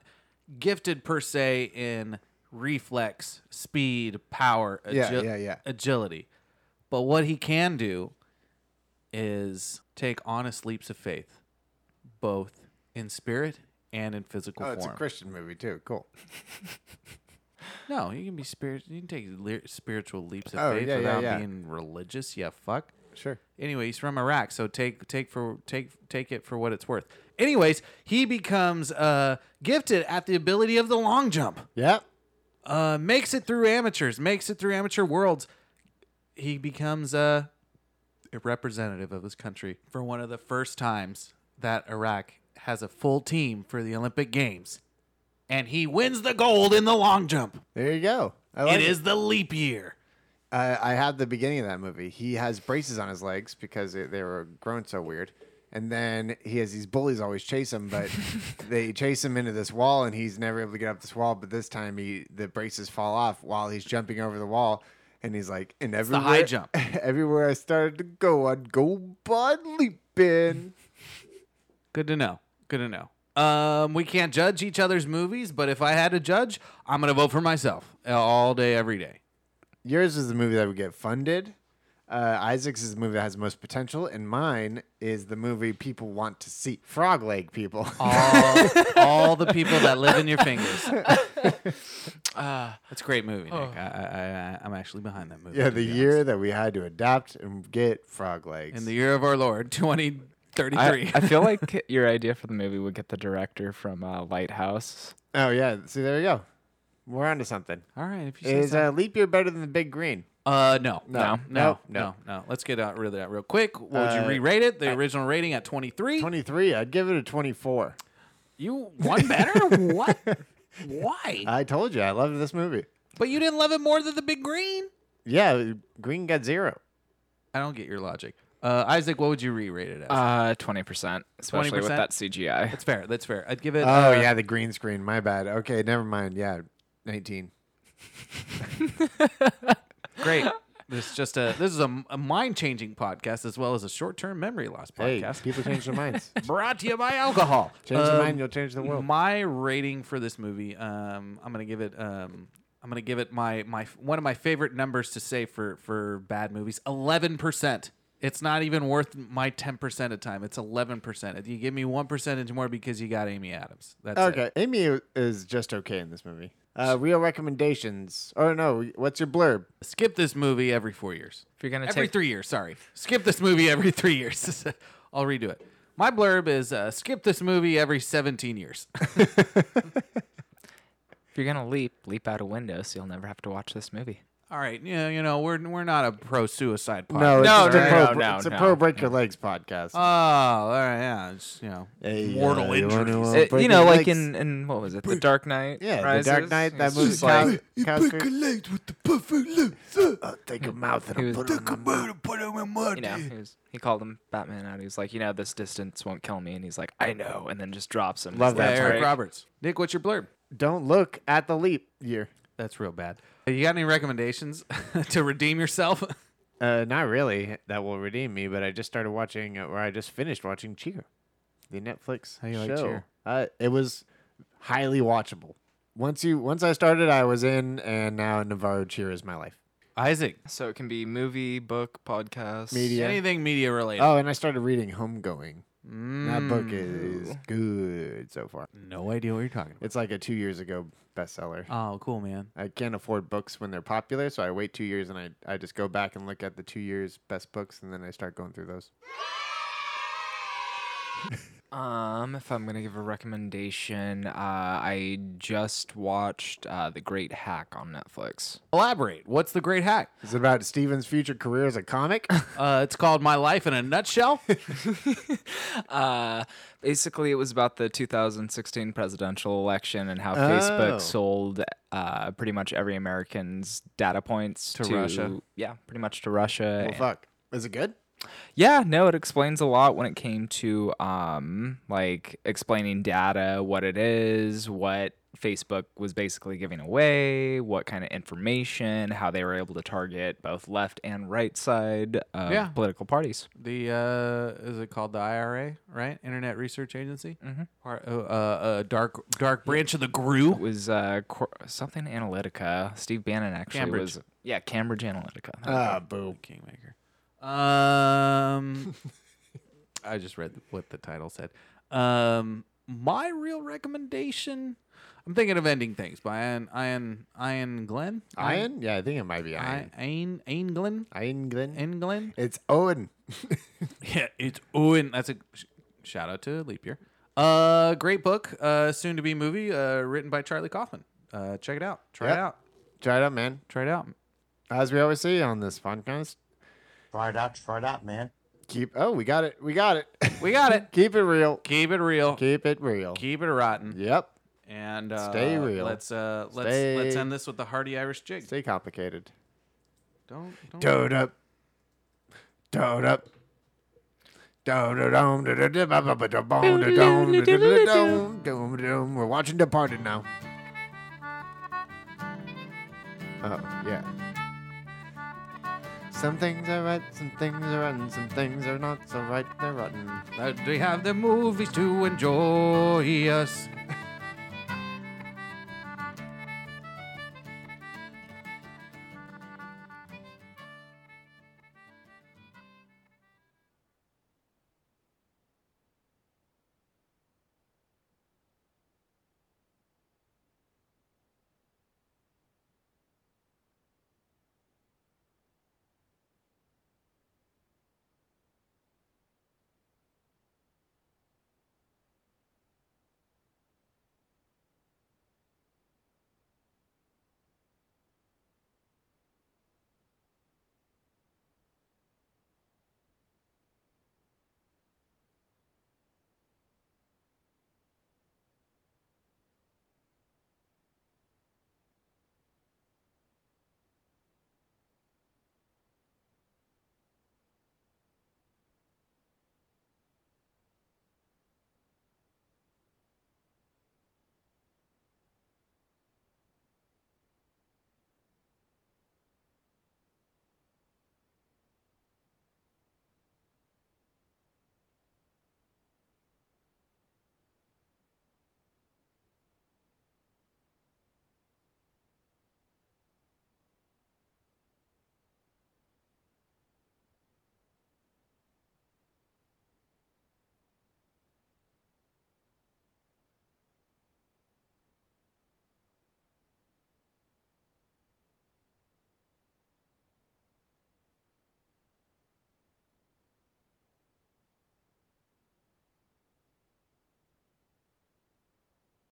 gifted per se in reflex, speed, power, Yeah, yeah, yeah. agility. But what he can do is take honest leaps of faith, both in spirit and in physical Oh, form. it's a Christian movie too. Cool. No, you can be spirit. You can take le- spiritual leaps of Oh, faith yeah, yeah, without yeah. being religious. Yeah, fuck. Sure. Anyway, he's from Iraq, so take take for take take it for what it's worth. Anyways, he becomes uh, gifted at the ability of the long jump. Yep. Uh, makes it through amateurs. Makes it through amateur worlds. He becomes uh, a representative of his country for one of the first times that Iraq has a full team for the Olympic Games, and he wins the gold in the long jump. There you go. I It like is the leap year. I, I had the beginning of that movie. He has braces on his legs because it, they were grown so weird, And then he has these bullies always chase him, but they chase him into this wall, and he's never able to get up this wall. But this time, he the braces fall off while he's jumping over the wall, and he's like, "And the everywhere, high jump. everywhere I started to go, I'd go by leaping." Good to know. Good to know. Um, we can't judge each other's movies, but if I had to judge, I'm gonna vote for myself uh, all day, every day. Yours is the movie that would get funded. Uh, Isaac's is the movie that has the most potential, and mine is the movie people want to see. Frog leg people. Oh, All, all the people that live in your fingers. Uh, That's a great movie, Nick. I, I, I, I'm actually behind that movie. yeah, to the be year that we had to adapt and get frog legs. in the year of our Lord, 2033. I, I feel like your idea for the movie would get the director from uh, Lighthouse. oh yeah, see there you go. We're onto something. All right, if you say Is so. uh, leap year better than the big green? Uh, no, No. no, no, No, no, no. no, Let's get out rid of that real quick. What would Uh, you re-rate it? The original rating at 23. Twenty three. I'd give it a twenty four. You one better? what? Why? I told you I loved this movie. but you didn't love it more than the Big Green. Yeah, green got zero. I don't get your logic. Uh, Isaac, what would you re-rate it as? Uh, twenty percent, especially with 20%? that CGI. that's fair. That's fair. I'd give it. Oh uh, yeah, the green screen. My bad. Okay, never mind. Yeah, nineteen. great. This is just a this is a, a mind changing podcast as well as a short term memory loss Hey, podcast. people change their minds. Brought to you by alcohol. Change your Um, mind, you'll change the world. My rating for this movie, um, I'm gonna give it. Um, I'm gonna give it my my one of my favorite numbers to say for for bad movies. Eleven percent. It's not even worth my ten percent of time. It's eleven percent. If you give me one percentage more because you got Amy Adams. That's it. Okay, Amy is just okay in this movie. Uh, real recommendations. Oh no, what's your blurb? Skip this movie every four years. If you're gonna every take- three years. Sorry, skip this movie every three years. I'll redo it. My blurb is uh, skip this movie every seventeen years. If you're gonna leap, leap out a window, so you'll never have to watch this movie. All right, yeah, you know we're we're not a pro suicide podcast. No, it's, No, it's a no, pro, no, no, it's a no. pro break your legs podcast. Oh, all right, yeah, it's, you know, mortal injuries. Uh, you know, like in, in what was it, The Dark Knight? yeah, Rises? the Dark Knight. That It's movie. just like- cow, break your legs with the perfect legs. take a mouth and He I'll was- put it on my mouth. you know, he, was, he called him Batman out. He was like, you know, this distance won't kill me, and he's like, I know, and then just drops him. Love It's Yeah, that like, Eric right. Roberts. Nick, what's your blurb? Don't look at the leap year. That's real bad. You got any recommendations to redeem yourself? Uh, not really. That will redeem me, but I just started watching, uh, or I just finished watching Cheer, the Netflix How you like Cheer? Uh, it was highly watchable. Once you, once I started, I was in, and now Navarro Cheer is my life. Isaac, So it can be movie, book, podcast, Media. anything media related? Oh, and I started reading Homegoing. That book is good so far. no idea what you're talking It's like a two years ago bestseller. about. Oh, cool, man. I can't afford books when they're popular, so I wait two years and I, I just go back and look at the two years best books, and then I start going through those. Um, if I'm gonna give a recommendation, uh, I just watched uh, The Great Hack on Netflix. Elaborate. What's the great hack? It's about Steven's future career as a comic. Uh, it's called My Life in a Nutshell. Uh, basically, it was about the 2016 presidential election and how Facebook Oh. sold uh, pretty much every American's data points to, Russia. Yeah, pretty much to Russia. well, and- fuck. Is it good? Yeah, no, it explains a lot when it came to um like explaining data, what it is, what Facebook was basically giving away, what kind of information, how they were able to target both left and right side of Yeah. political parties. the uh, is it called the IRA? Right, Internet Research Agency. Mm-hmm. Part, uh, uh, uh, dark dark branch of the It GRU. was uh Cor- something Analytica. Steve Bannon actually Cambridge. was yeah, Cambridge Analytica. Ah, boo. Kingmaker. Um, I just read what the title said. Um, my real recommendation. I'm thinking of ending things by Ian Ian Ian Glenn. Iron? Yeah, I think it might be Iron. Ian Ian Ian Glenn. Iron Glenn? Ian Glenn. It's Owen. Yeah, it's Owen. That's a sh- shout out to Leap Year. Uh, great book. Uh, soon to be movie. Uh, written by Charlie Kaufman. Uh, check it out. Try it Yeah. out. Try it out, man. Try it out. As we always say on this podcast, Try it out, try it out, man. keep. Oh, we got it. We got it. We got it. keep it real. Keep it real. Keep, Keep it real. it rotten. Yep. And uh, Stay real. Let's uh, let's Stay- let's end this with the hearty Irish jig. Stay complicated. Don't don't. Toad up. Toad up. We're watching Departed now. Oh, yeah. Some things are right, some things are rotten, some things are not so right, they're rotten. That we have the movies to enjoy us.